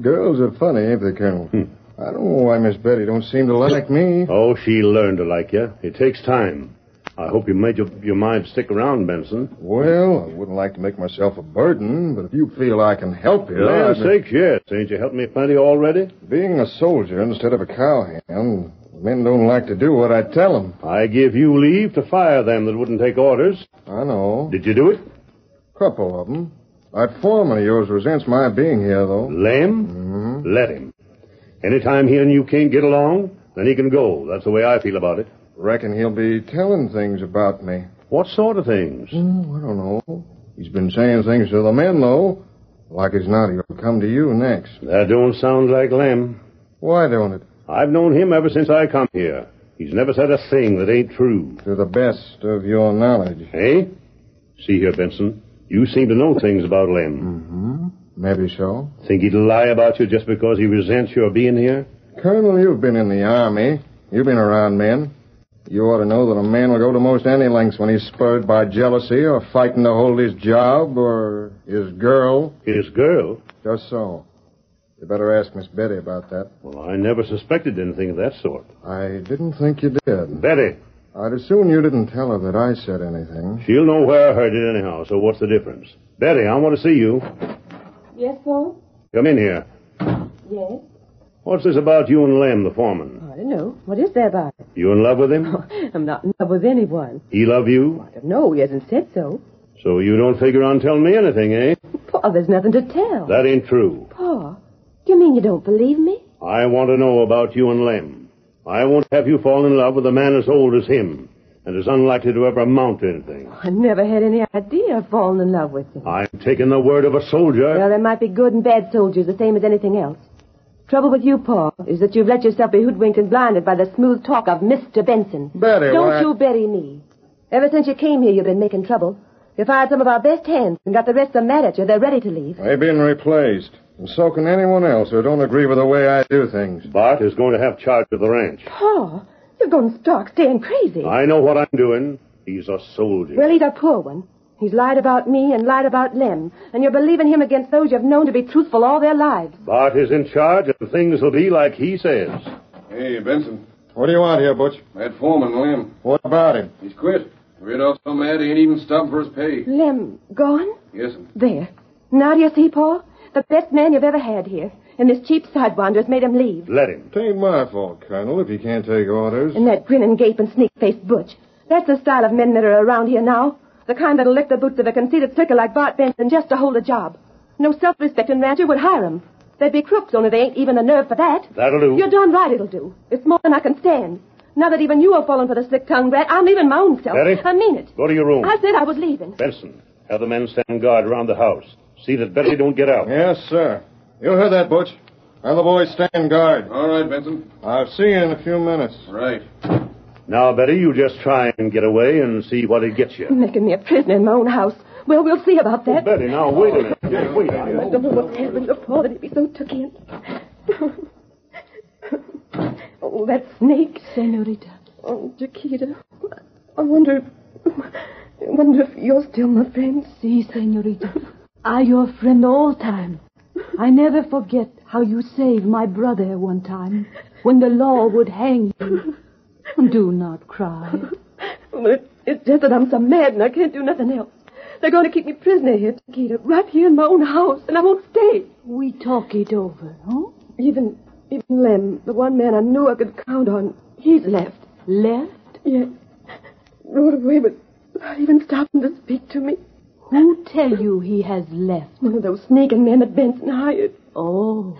Girls are funny, ain't they, Colonel?
Hmm.
I don't know why Miss Betty don't seem to like me.
Oh, she learned to like you. It takes time. I hope you made your, your mind stick around, Benson.
Well, I wouldn't like to make myself a burden, but if you feel I can help you...
Land's
I'd-
sakes, yes. Ain't you helping me plenty already?
Being a soldier instead of a cowhand, men don't like to do what I tell them.
I give you leave to fire them that wouldn't take orders.
I know.
Did you do it?
Couple of them. That foreman of yours resents my being here, though.
Lem? Mm-hmm. Let him. Any time he and you can't get along, then he can go. That's the way I feel about it.
Reckon he'll be telling things about me. Hmm,
What sort of things?
I don't know. He's been saying things to the men, though. Like as not, he'll come to you next.
That don't sound like Lem.
Why don't it?
I've known him ever since I come here. He's never said a thing that ain't true.
To the best of your knowledge.
Eh? See here, Benson. You seem to know things about Lem.
Mm-hmm. Maybe so.
Think he'd lie about you just because he resents your being here?
Colonel, you've been in the army. You've been around men. You ought to know that a man will go to most any lengths when he's spurred by jealousy or fighting to hold his job or his girl.
His girl?
Just so. You better ask Miss Betty about that.
Well, I never suspected anything of that sort.
I didn't think you did.
Betty,
I'd assume you didn't tell her that I said anything.
she'll know where I heard it anyhow, so what's the difference? Betty, I want to see you.
Yes, Paul?
Come in here.
Yes?
What's this about you and Lem, the foreman?
I don't know. What is there about it?
You in love with him?
I'm not in love with anyone.
He love you?
I don't know. He hasn't said so.
So you don't figure on telling me anything, eh?
Paul, there's nothing to tell.
That ain't true.
Paul, do you mean you don't believe me?
I want to know about you and Lem. I won't have you fall in love with a man as old as him and as unlikely to ever amount to anything.
I never had any idea of falling in love with him.
I'm taking the word of a soldier.
Well, there might be good and bad soldiers, the same as anything else. Trouble with you, Paul, is that you've let yourself be hoodwinked and blinded by the smooth talk of Mr. Benson.
Betty,
Don't
why-
you Betty me. Ever since you came here, you've been making trouble. You fired some of our best hands and got the rest of them mad at you. They're ready to leave.
They've been replaced. And so can anyone else who don't agree with the way I do things.
Bart is going to have charge of the ranch.
Paul, you're going to start staying crazy.
I know what I'm doing. He's a soldier.
Well, he's a poor one. He's lied about me and lied about Lem, and you're believing him against those you've known to be truthful all their lives.
Bart is in charge, and things will be like he says.
Hey, Benson.
What do you want here, Butch?
That foreman, Lamb.
What about him?
He's quit. Rid off so mad he ain't even stopping for his pay.
Lem, gone?
Yes, sir.
There. Now do you see, Paul? The best man you've ever had here. And this cheap sidewander's made him leave.
Let him.
It ain't my fault, Colonel, if he can't take orders.
And that grin and gape and sneak faced butch. That's the style of men that are around here now. The kind that'll lick the boots of a conceited slicker like Bart Benson just to hold a job. No self respecting rancher would hire him. They'd be crooks, only they ain't even the nerve for that.
That'll do.
You're darn right it'll do. It's more than I can stand. Now that even you have fallen for the slick tongue, Brad, I'm leaving my own self.
Mary?
I mean it.
Go to your room.
I said I was leaving.
Benson, have the men stand guard around the house. See that Betty don't get out.
Yes, sir. You heard that, Butch. Have the boys stand guard. All right, Benson. I'll see you in a few minutes. Right.
Now, Betty, you just try and get away and see what it gets you.
Making me a prisoner in my own house. Well, we'll see about that.
Betty, now wait a minute. Yeah, wait.
I don't know what's happened to Paul that he'd be so took in. oh, that snake, Senorita. Oh, Chiquita. I wonder. I wonder if you're still my friend.
See, senorita, I your friend all time. I never forget how you saved my brother one time when the law would hang you. Do not cry.
Well, it, it's just that I'm so mad and I can't do nothing else. They're going to keep me prisoner here, Chiquita, right here in my own house, and I won't stay.
We talk it over, huh?
Even, even Lem, the one man I knew I could count on, he's left.
Left?
Yes. Rode away without even stopping to speak to me.
Who tell you he has left?
One of those sneaking men that Benson hired.
Oh,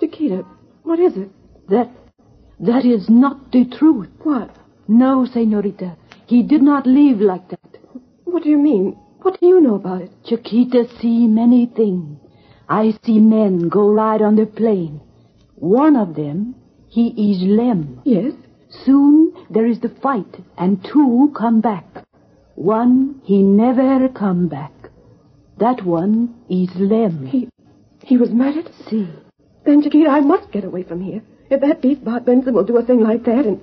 Chiquita, what is it?
that that is not the truth.
What?
No, senorita, he did not leave like that.
What do you mean? What do you know about it?
Chiquita see many things. I see men go ride on the plain. One of them, he is Lem.
Yes?
Soon there is the fight, and two come back. One, he never come back. That one is Lem.
He, he was murdered?
See,
Then, Chiquita, I must get away from here. If that beast Bart Benson will do a thing like that, and,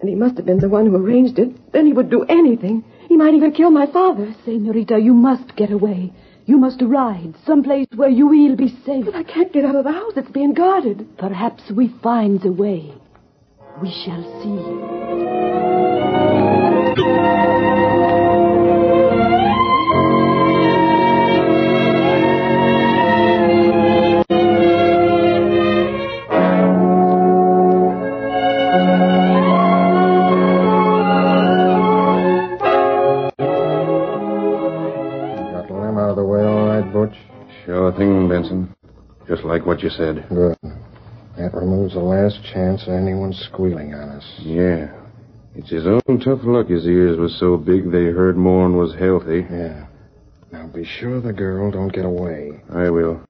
and he must have been the one who arranged it, then he would do anything. He might even kill my father.
senorita, you must get away. You must ride someplace where you will be safe.
But I can't get out of the house. It's being guarded.
Perhaps we find the way. We shall see.
Got Lem out of the way all right, Butch?
Sure thing, Benson. Just like what you said.
Good. That removes the last chance of anyone squealing on us.
Yeah. It's his own tough luck his ears were so big they heard more and was healthy.
Yeah. Now be sure the girl don't get away.
I will.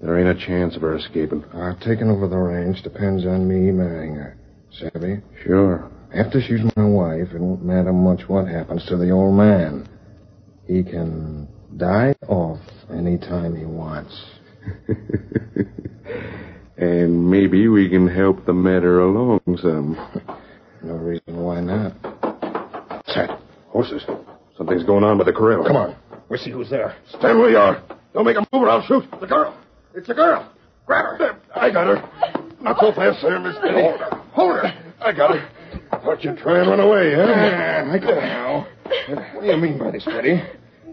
There ain't a chance of her escaping.
Our taking over the ranch depends on me marrying her. Savvy?
Sure.
After she's my wife, it won't matter much what happens to the old man. He can die off any time he wants.
And maybe we can help the matter along some.
No reason why not.
Sat. Horses. Something's going on by the corral.
Come on. We'll see who's there.
Stand where you are. Don't make a move or I'll shoot. The girl. It's the girl.
Grab her.
I got her. Not so fast, sir, Miss Betty. Hold her. Hold her. I got her. Thought you'd try and run away, huh?
I go now. What do you mean by this, Betty?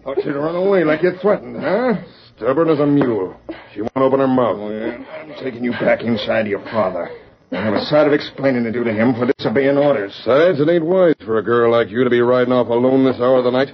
Thought you'd run away like you threatened, huh?
Stubborn as a mule. She won't open her mouth.
Well, I'm taking you back inside to your father. I have a side of explaining to do to him for disobeying orders.
Besides, it ain't wise for a girl like you to be riding off alone this hour of the night.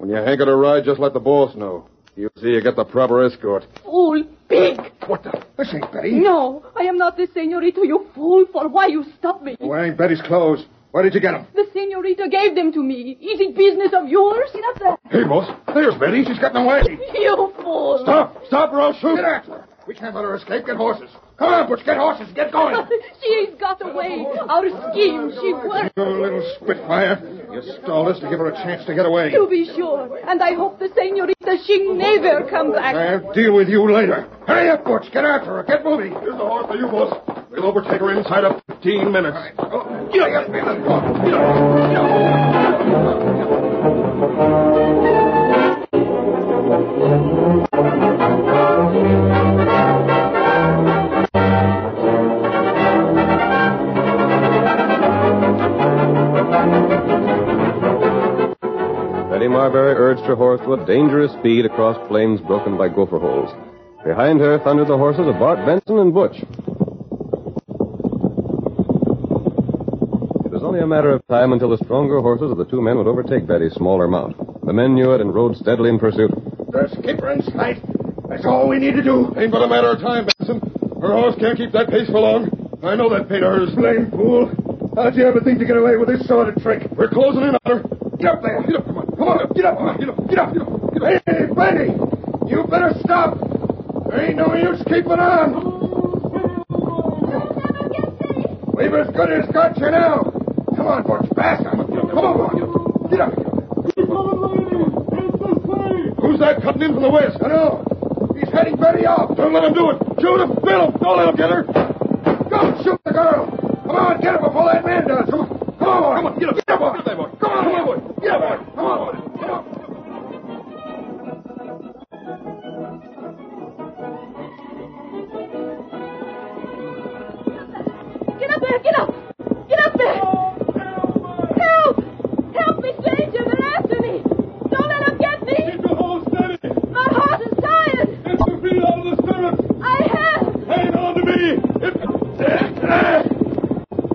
When you hanker to ride, just let the boss know. You'll see you get the proper escort.
Fool, pig!
What the? This ain't Betty.
No, I am not the senorita, you fool, for why you stop
Oh,
me?
Why ain't Betty's clothes? Where did you get them?
The senorita gave them to me. Is it business of yours? Get up there.
Hey, boss. There's Betty. She's gotten away.
You fool!
Stop. Stop or I'll shoot. Get after her. We can't let her escape. Get horses. Come on, Butch. Get horses. Get going.
She's got away. Our scheme, she worked.
You little spitfire. You stalled us to give her a chance to get away.
To be sure. And I hope the senorita, she never come back.
I'll deal with you later. Hurry up, Butch. Get after her. Get moving. Here's the horse for you, boss. We'll overtake her inside of 15 minutes. Oh, get up, get up, boss. Get up. Get up.
Betty Marbury urged her horse to a dangerous speed across plains broken by gopher holes. Behind her thundered the horses of Bart Benson and Butch. It was only a matter of time until the stronger horses of the two men would overtake Betty's smaller mount. The men knew it and rode steadily in pursuit.
Just keep her in sight. That's all we need to do.
Ain't but a matter of time, Benson. Her horse can't keep that pace for long. I know that paid to hers.
Blame fool. How'd you ever think to get away with this sort of trick? We're closing in on her. Get up there. Get up. Come on. Come on. Get up. Come on. Get up. Get up. Get up. Get up. Hey, Benny! You better stop. There ain't no use keeping on. We've as good as got you now. Come on, Butch. Fast. Come on. Come on. Get up. Who's that cutting in from the west? I know. He's heading Betty off. Don't let him do it. Shoot him. Bill him. Don't let him get her. Go. Shoot the girl. Come on. Get her before that man does. Come on. Come on. Come on. Get up. Get up, boy. Get up, boy. Come on. Come on, boy. Get up, boy. Come on, boy.
Get up there! Get up! Get up there! Help! Help me, danger! They're after me! Don't let them get me! Keep your horse steady! My horse is tired! Get your feet out of the stirrups! I have! Hang on to me!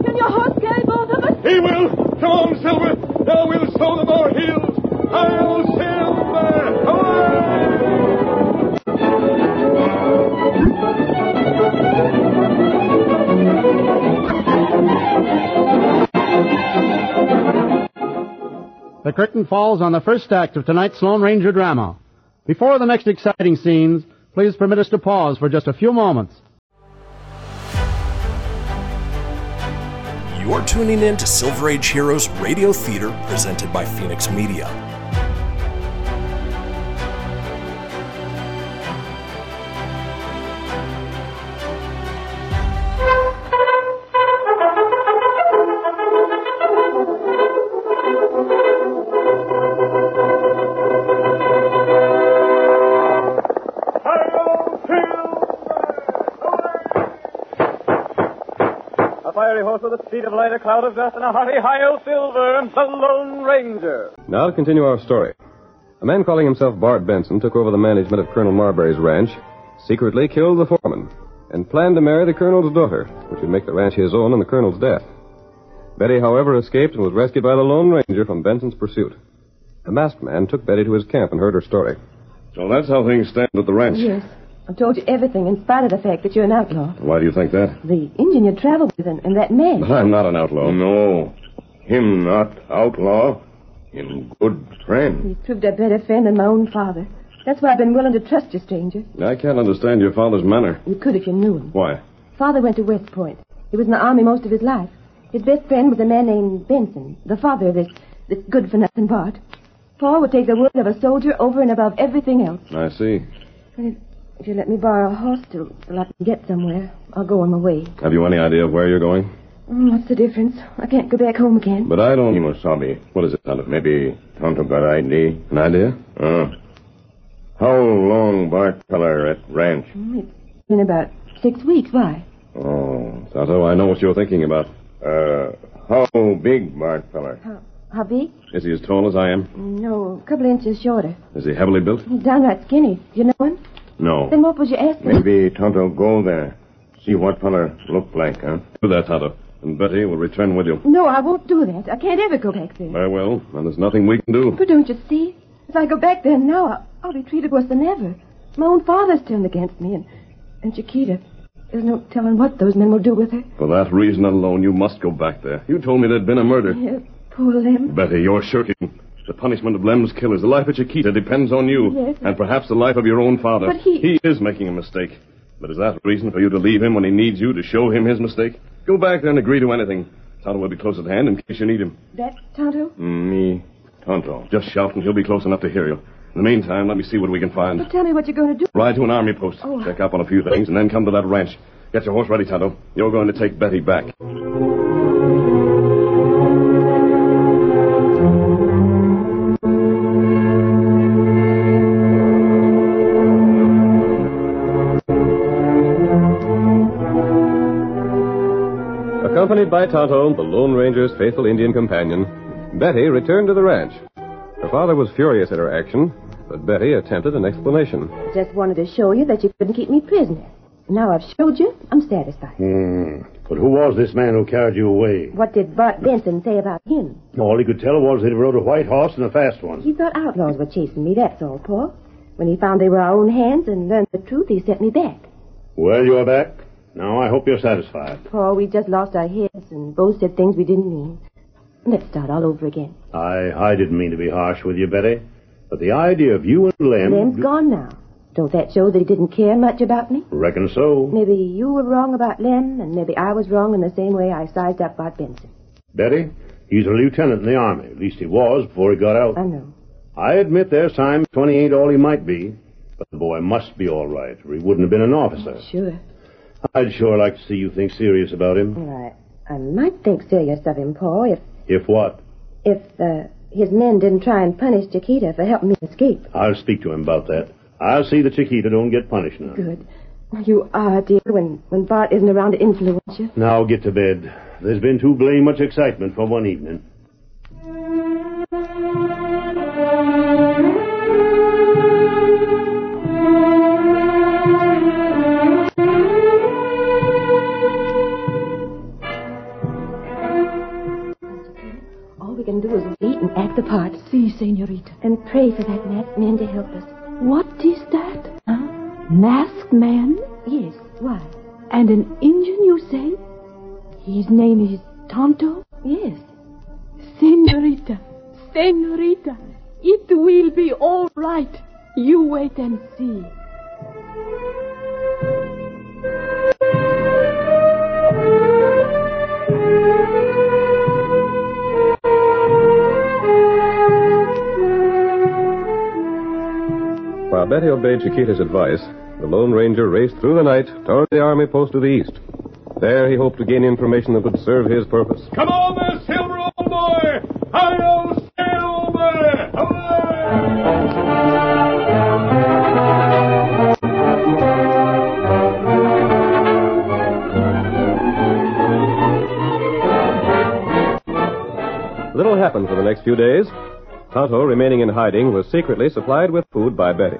Can your horse carry both of us?
He will. Come on, Silver. Now we'll show them our heels. I'll Silver.
The curtain falls on the first act of tonight's Lone Ranger drama. Before the next exciting scenes, please permit us to pause for just a few moments.
You're tuning in to Silver Age Heroes Radio Theater presented by Phoenix Media.
A fiery horse with the speed of light, a cloud of dust, and a hearty high o silver, the Lone Ranger.
Now to continue our story. A man calling himself Bart Benson took over the management of Colonel Marbury's ranch, secretly killed the foreman, and planned to marry the colonel's daughter, which would make the ranch his own on the colonel's death. Betty, however, escaped and was rescued by the Lone Ranger from Benson's pursuit. The masked man took Betty to his camp and heard her story.
So that's how things stand at the ranch.
Yes. I've told you everything in spite of the fact that you're an outlaw.
Why do you think that?
The engine you traveled with and, and that man.
I'm not an outlaw. No. Him not outlaw. Him good friend.
He's proved a better friend than my own father. That's why I've been willing to trust you, stranger.
I can't understand your father's manner.
You could if you knew him.
Why?
Father went to West Point. He was in the army most of his life. His best friend was a man named Benson, the father of this, this good-for-nothing Bart. Paul would take the word of a soldier over and above everything else.
I see.
Well, if, if you let me borrow a horse till, till I can get somewhere, I'll go on my way.
Have you any idea of where you're going?
Mm, what's the difference? I can't go back home again.
But I don't. You must tell me. What is it, Tonto? Maybe Tonto got an idea. An idea? Uh. How long Bart Keller at ranch?
Mm, It's been about six weeks. Why?
Oh, Tonto, I know what you're thinking about. Uh, how big Bart Keller?
How big?
Is he as tall as I am?
No, a couple of inches shorter.
Is he heavily built?
He's downright skinny. You know him?
No.
Then what was you asking?
Oh. Maybe Tonto go there. See what feller look like, huh? Do that, Tonto. And Betty will return with you.
No, I won't do that. I can't ever go back there.
Very well. And there's nothing we can do.
But don't you see? If I go back there now, I'll, I'll be treated worse than ever. My own father's turned against me, and, and Chiquita. There's no telling what those men will do with her.
For that reason alone, you must go back there. You told me there'd been a murder.
Yes, poor Lem.
Betty, you're shirking. The punishment of Lem's killers, the life of Chiquita depends on you.
Yes.
And perhaps the life of your own father.
But he-
He is making a mistake. But is that reason for you to leave him when he needs you to show him his mistake? Go back there and agree to anything. Tonto will be close at hand in case you need him.
That, Tonto?
Mm, Me, Tonto. Just shout and he'll be close enough to hear you. In the meantime, let me see what we can find.
But tell me what you're going to do.
Ride to an army post,
Oh.
check up on a few things, and then come to that ranch. Get your horse ready, Tonto. You're going to take Betty back.
Accompanied by Tonto, the Lone Ranger's faithful Indian companion, Betty returned to the ranch. Her father was furious at her action, but Betty attempted an explanation.
I just wanted to show you that you couldn't keep me prisoner. Now I've showed you, I'm satisfied.
Hmm. But who was this man who carried you away?
What did Bart Benson say about him?
All he could tell was that he rode a white horse and a fast one.
He thought outlaws were chasing me, that's all, Paul. When he found they were our own hands and learned the truth, he sent me back.
Well, you're back. Now, I hope you're satisfied.
Oh, we just lost our heads and both said things we didn't mean. Let's start all over again.
I, I didn't mean to be harsh with you, Betty, but the idea of you and Lem.
Lem's gone now. Don't that show that he didn't care much about me?
Reckon so.
Maybe you were wrong about Lem, and maybe I was wrong in the same way I sized up Bart Benson.
Betty, he's a lieutenant in the Army. At least he was before he got out.
I know.
I admit there's times 20 ain't all he might be, but the boy must be all right, or he wouldn't have been an officer.
Oh, Sure.
I'd sure like to see you think serious about him.
Well, I, I might think serious of him, Paul, if
If what?
if uh, his men didn't try and punish Chiquita for helping me escape.
I'll speak to him about that. I'll see that Chiquita don't get punished now.
Good. You are, dear, when, when Bart isn't around to influence you.
Now get to bed. There's been too blame much excitement for one evening.
All we can do is wait and act the part.
See, senorita.
And pray for that masked man to help us.
What is that? Masked man?
Yes, why?
And an Indian, you say? His name is Tonto?
Yes.
Senorita, senorita, it will be all right. You wait and see.
While Betty obeyed Chiquita's advice, the Lone Ranger raced through the night toward the army post to the east. There he hoped to gain information that would serve his purpose.
Come on there, Silver, old boy! I'll Silver!
Little happened for the next few days. Tonto, remaining in hiding, was secretly supplied with food by Betty.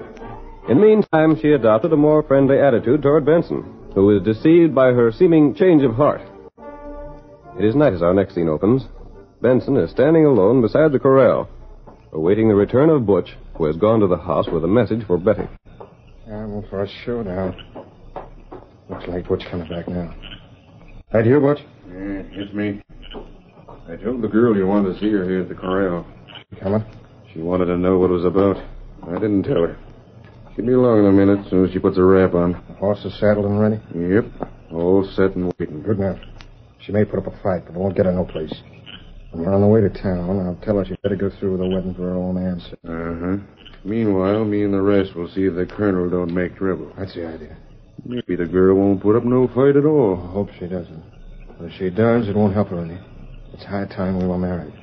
In the meantime, she adopted a more friendly attitude toward Benson, who was deceived by her seeming change of heart. It is night as our next scene opens. Benson is standing alone beside the corral, awaiting the return of Butch, who has gone to the house with a message for Betty.
I'm for a showdown. Looks like Butch coming back now. That you, Butch?
Yeah, it's me. I told the girl you wanted to see her here at the corral.
Coming?
She wanted to know what it was about. I didn't tell her. She'll be along in a minute as soon as she puts her wrap on.
The horse is saddled and ready?
Yep. All set and waiting.
Good enough. She may put up a fight, but won't get her no place. When we're on the way to town, I'll tell her she better go through with the wedding for her own hands.
Uh huh. Meanwhile, me and the rest will see if the colonel don't make trouble.
That's the idea.
Maybe the girl won't put up no fight at all.
I hope she doesn't. But if she does, it won't help her any. It's high time we were married.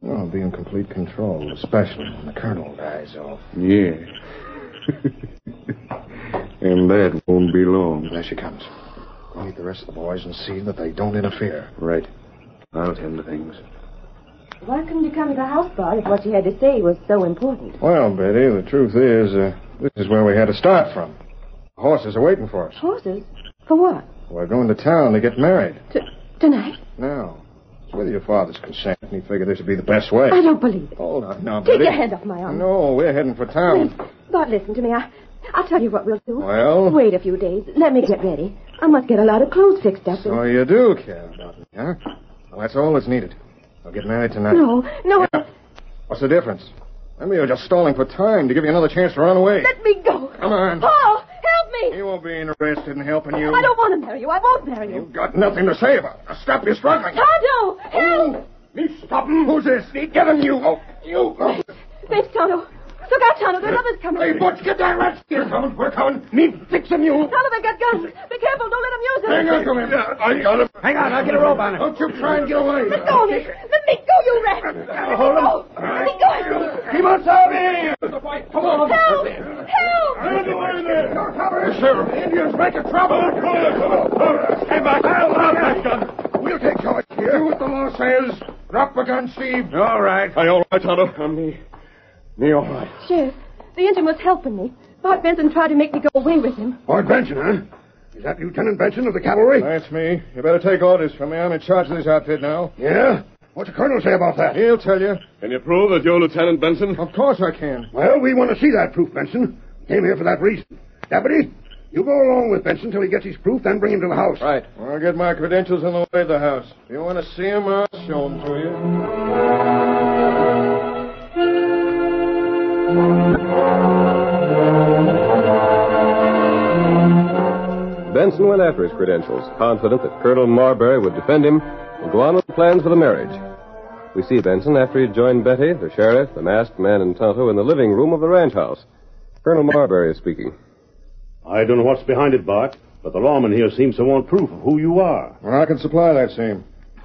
Well, I'll be in complete control, especially when the colonel dies off.
Yeah. and that won't be long.
There she comes. I'll meet the rest of the boys and see that they don't interfere.
Right. I'll tend to things.
Why couldn't you come to the house, Bart, if what you had to say was so important?
Well, Betty, the truth is, uh, this is where we had to start from. The horses are waiting for us.
Horses? For what?
We're going to town to get married.
Tonight?
Now, it's with your father's consent, and he figured this would be the best way.
I don't believe it.
Hold on now,
Take
Betty.
your hand off my arm.
No, we're heading for town.
Bart, listen to me. I, I'll tell you what we'll do.
Well?
Wait a few days. Let me get ready. I must get a lot of clothes fixed up.
Oh,
So you do care about me, huh? Well, that's all that's needed. We'll get married tonight.
No, no,
Yeah. What's the difference? I mean, you're just stalling for time to give you another chance to run away.
let me go.
Come on.
Paul, help me.
He won't be interested in helping you.
I don't want to marry you. I won't marry you.
You've got nothing to say about it. Now stop your struggling.
Tonto, help!
You stop him. Who's this? Get him, you. Oh, you. Oh.
Thanks, Tonto. Look out, Tonto. There's others coming.
Hey, Butch, get that rat. Here coming. We're coming. Me fixing you.
Tonto, they've got guns. Be careful. Don't let them use them.
Hang on to him. I got him. Hang on. I'll get a rope on him. Don't you try and get away.
Let go of me. Let me go, you rat. Let
hold him.
me go. Let me go.
Keep on serving. Come on.
Help! Help!
The sheriff. Indians making trouble. Stand back. I'll have that gun. We'll take charge here. Do what the law says. Drop the gun, Steve. All right.
I all right, Tonto. I'm me. Me all right.
Sheriff, the engine was helping me. Bart Benson tried to make me go away with him.
Lord Benson, huh? Is that Lieutenant Benson of the cavalry?
That's me. You better take orders from me. I'm in charge of this outfit now.
Yeah? What's the colonel say about that?
He'll tell you.
Can you prove that you're Lieutenant Benson?
Of course I can.
Well, we want to see that proof, Benson. Came here for that reason. Deputy, You go along with Benson till he gets his proof, then bring him to the house.
Right. I'll get my credentials on the way to the house. If you want to see him, I'll show him to you.
Benson went after his credentials, confident that Colonel Marbury would defend him and go on with the plans for the marriage. We see Benson after he had joined Betty, the sheriff, the masked man, and Tonto in the living room of the ranch house. Colonel Marbury is speaking.
I don't know what's behind it, Bart, but the lawman here seems to want proof of who you are.
Well, I can supply that same.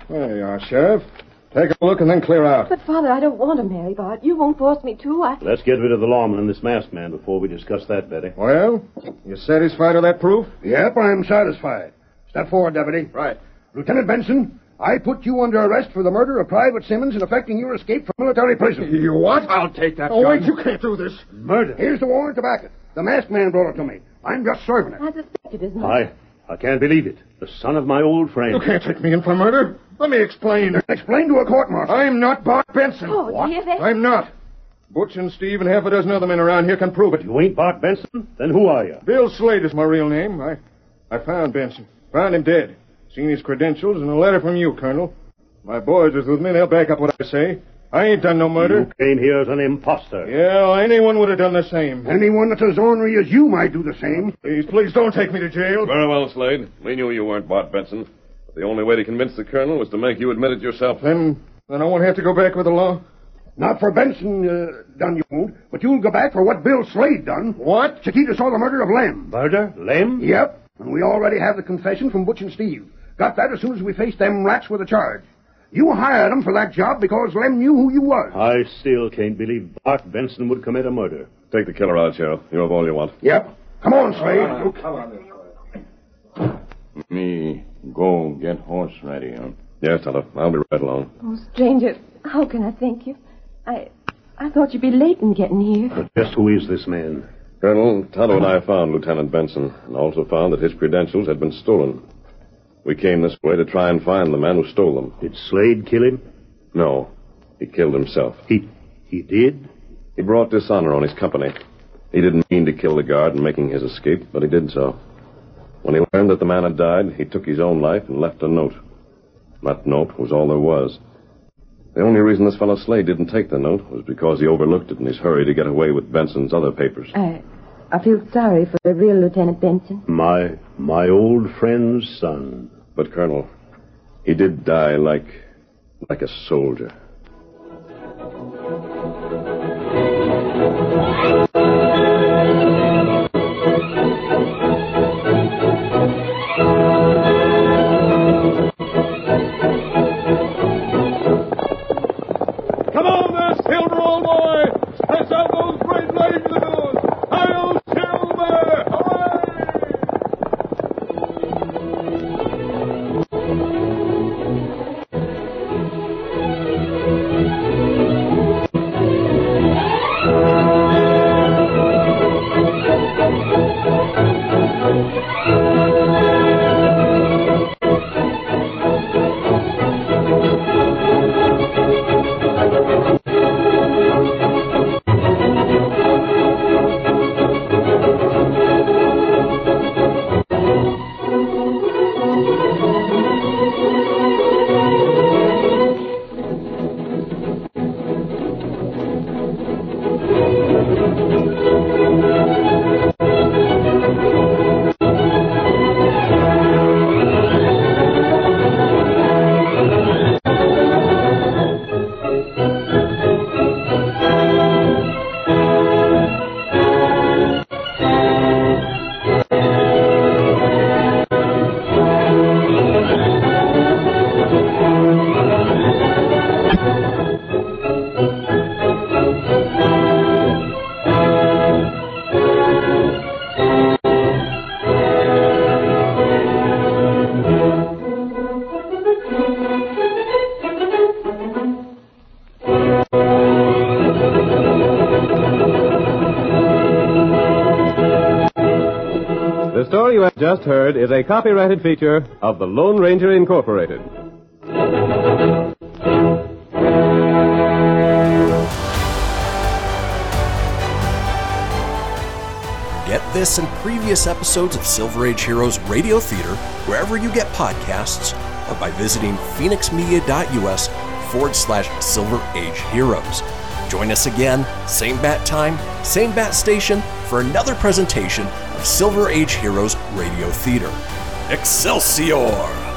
There you are, Sheriff. Take a look and then clear out.
But, Father, I don't want to marry Bart. You won't force me to. I.
Let's get rid of the lawman and this masked man before we discuss that, Betty.
Well, you satisfied with that proof?
Yep, I'm satisfied. Step forward, Deputy.
Right.
Lieutenant Benson, I put you under arrest for the murder of Private Simmons and effecting your escape from military prison.
You what?
I'll take that.
Oh, wait, you can't do this.
Murder. Here's the warrant to back it. The masked man brought it to me. I'm just serving it.
I suspect it isn't.
I, I can't believe it. The son of my old friend.
You can't take me in for murder. Let me explain.
Explain to a court martial.
I'm not Bart Benson.
Oh, dear, that-
I'm not. Butch and Steve and half a dozen other men around here can prove it.
You ain't Bart Benson? Then who are you?
Bill Slade is my real name. I, I found Benson. Found him dead. Seen his credentials and a letter from you, Colonel. My boys is with me. They'll back up what I say. I ain't done no murder.
You came here as an imposter.
Yeah, anyone would have done the same.
Anyone that's as ornery as you might do the same.
Please, please don't take me to jail.
Very well, Slade. We knew you weren't Bart Benson. But the only way to convince the colonel was to make you admit it yourself.
Then, then I won't have to go back with the law.
Not for Benson uh, done you won't, but you'll go back for what Bill Slade done.
What?
Chiquita saw the murder of Lem.
Murder? Lem?
Yep. And we already have the confession from Butch and Steve. Got that as soon as we faced them rats with a charge. You hired 'em for that job because Lem knew who you was.
I still can't believe Bart Benson would commit a murder.
Take the killer out, Sheriff. You have all you want.
Yep. Come on, Slade.
Me go get horse ready. Huh? Yes, Tonto. I'll be right along.
Oh, stranger, how can I thank you? I. I thought you'd be late in getting here.
But just who is this man?
Colonel, Tonto and I found Lieutenant Benson and also found that his credentials had been stolen. We came this way to try and find the man who stole them.
Did Slade kill him?
No. He killed himself.
He he did?
He brought dishonor on his company. He didn't mean to kill the guard in making his escape, but he did so. When he learned that the man had died, he took his own life and left a note. That note was all there was. The only reason this fellow Slade didn't take the note was because he overlooked it in his hurry to get away with Benson's other papers.
I. I feel sorry for the real Lieutenant Benson.
My my old friend's son.
But, Colonel, he did die like. like a soldier.
Come on there, Silver, old boy! Stretch out those great legs of yours! Hail, Silver! Hooray!
The story you have just heard is a copyrighted feature of the Lone Ranger Incorporated.
Get this. this and previous episodes of Silver Age Heroes Radio Theater wherever you get podcasts or by visiting phoenixmedia.us forward slash Silver Age Heroes. Join us again, same bat time, same bat station, for another presentation of Silver Age Heroes Radio Theater. Excelsior!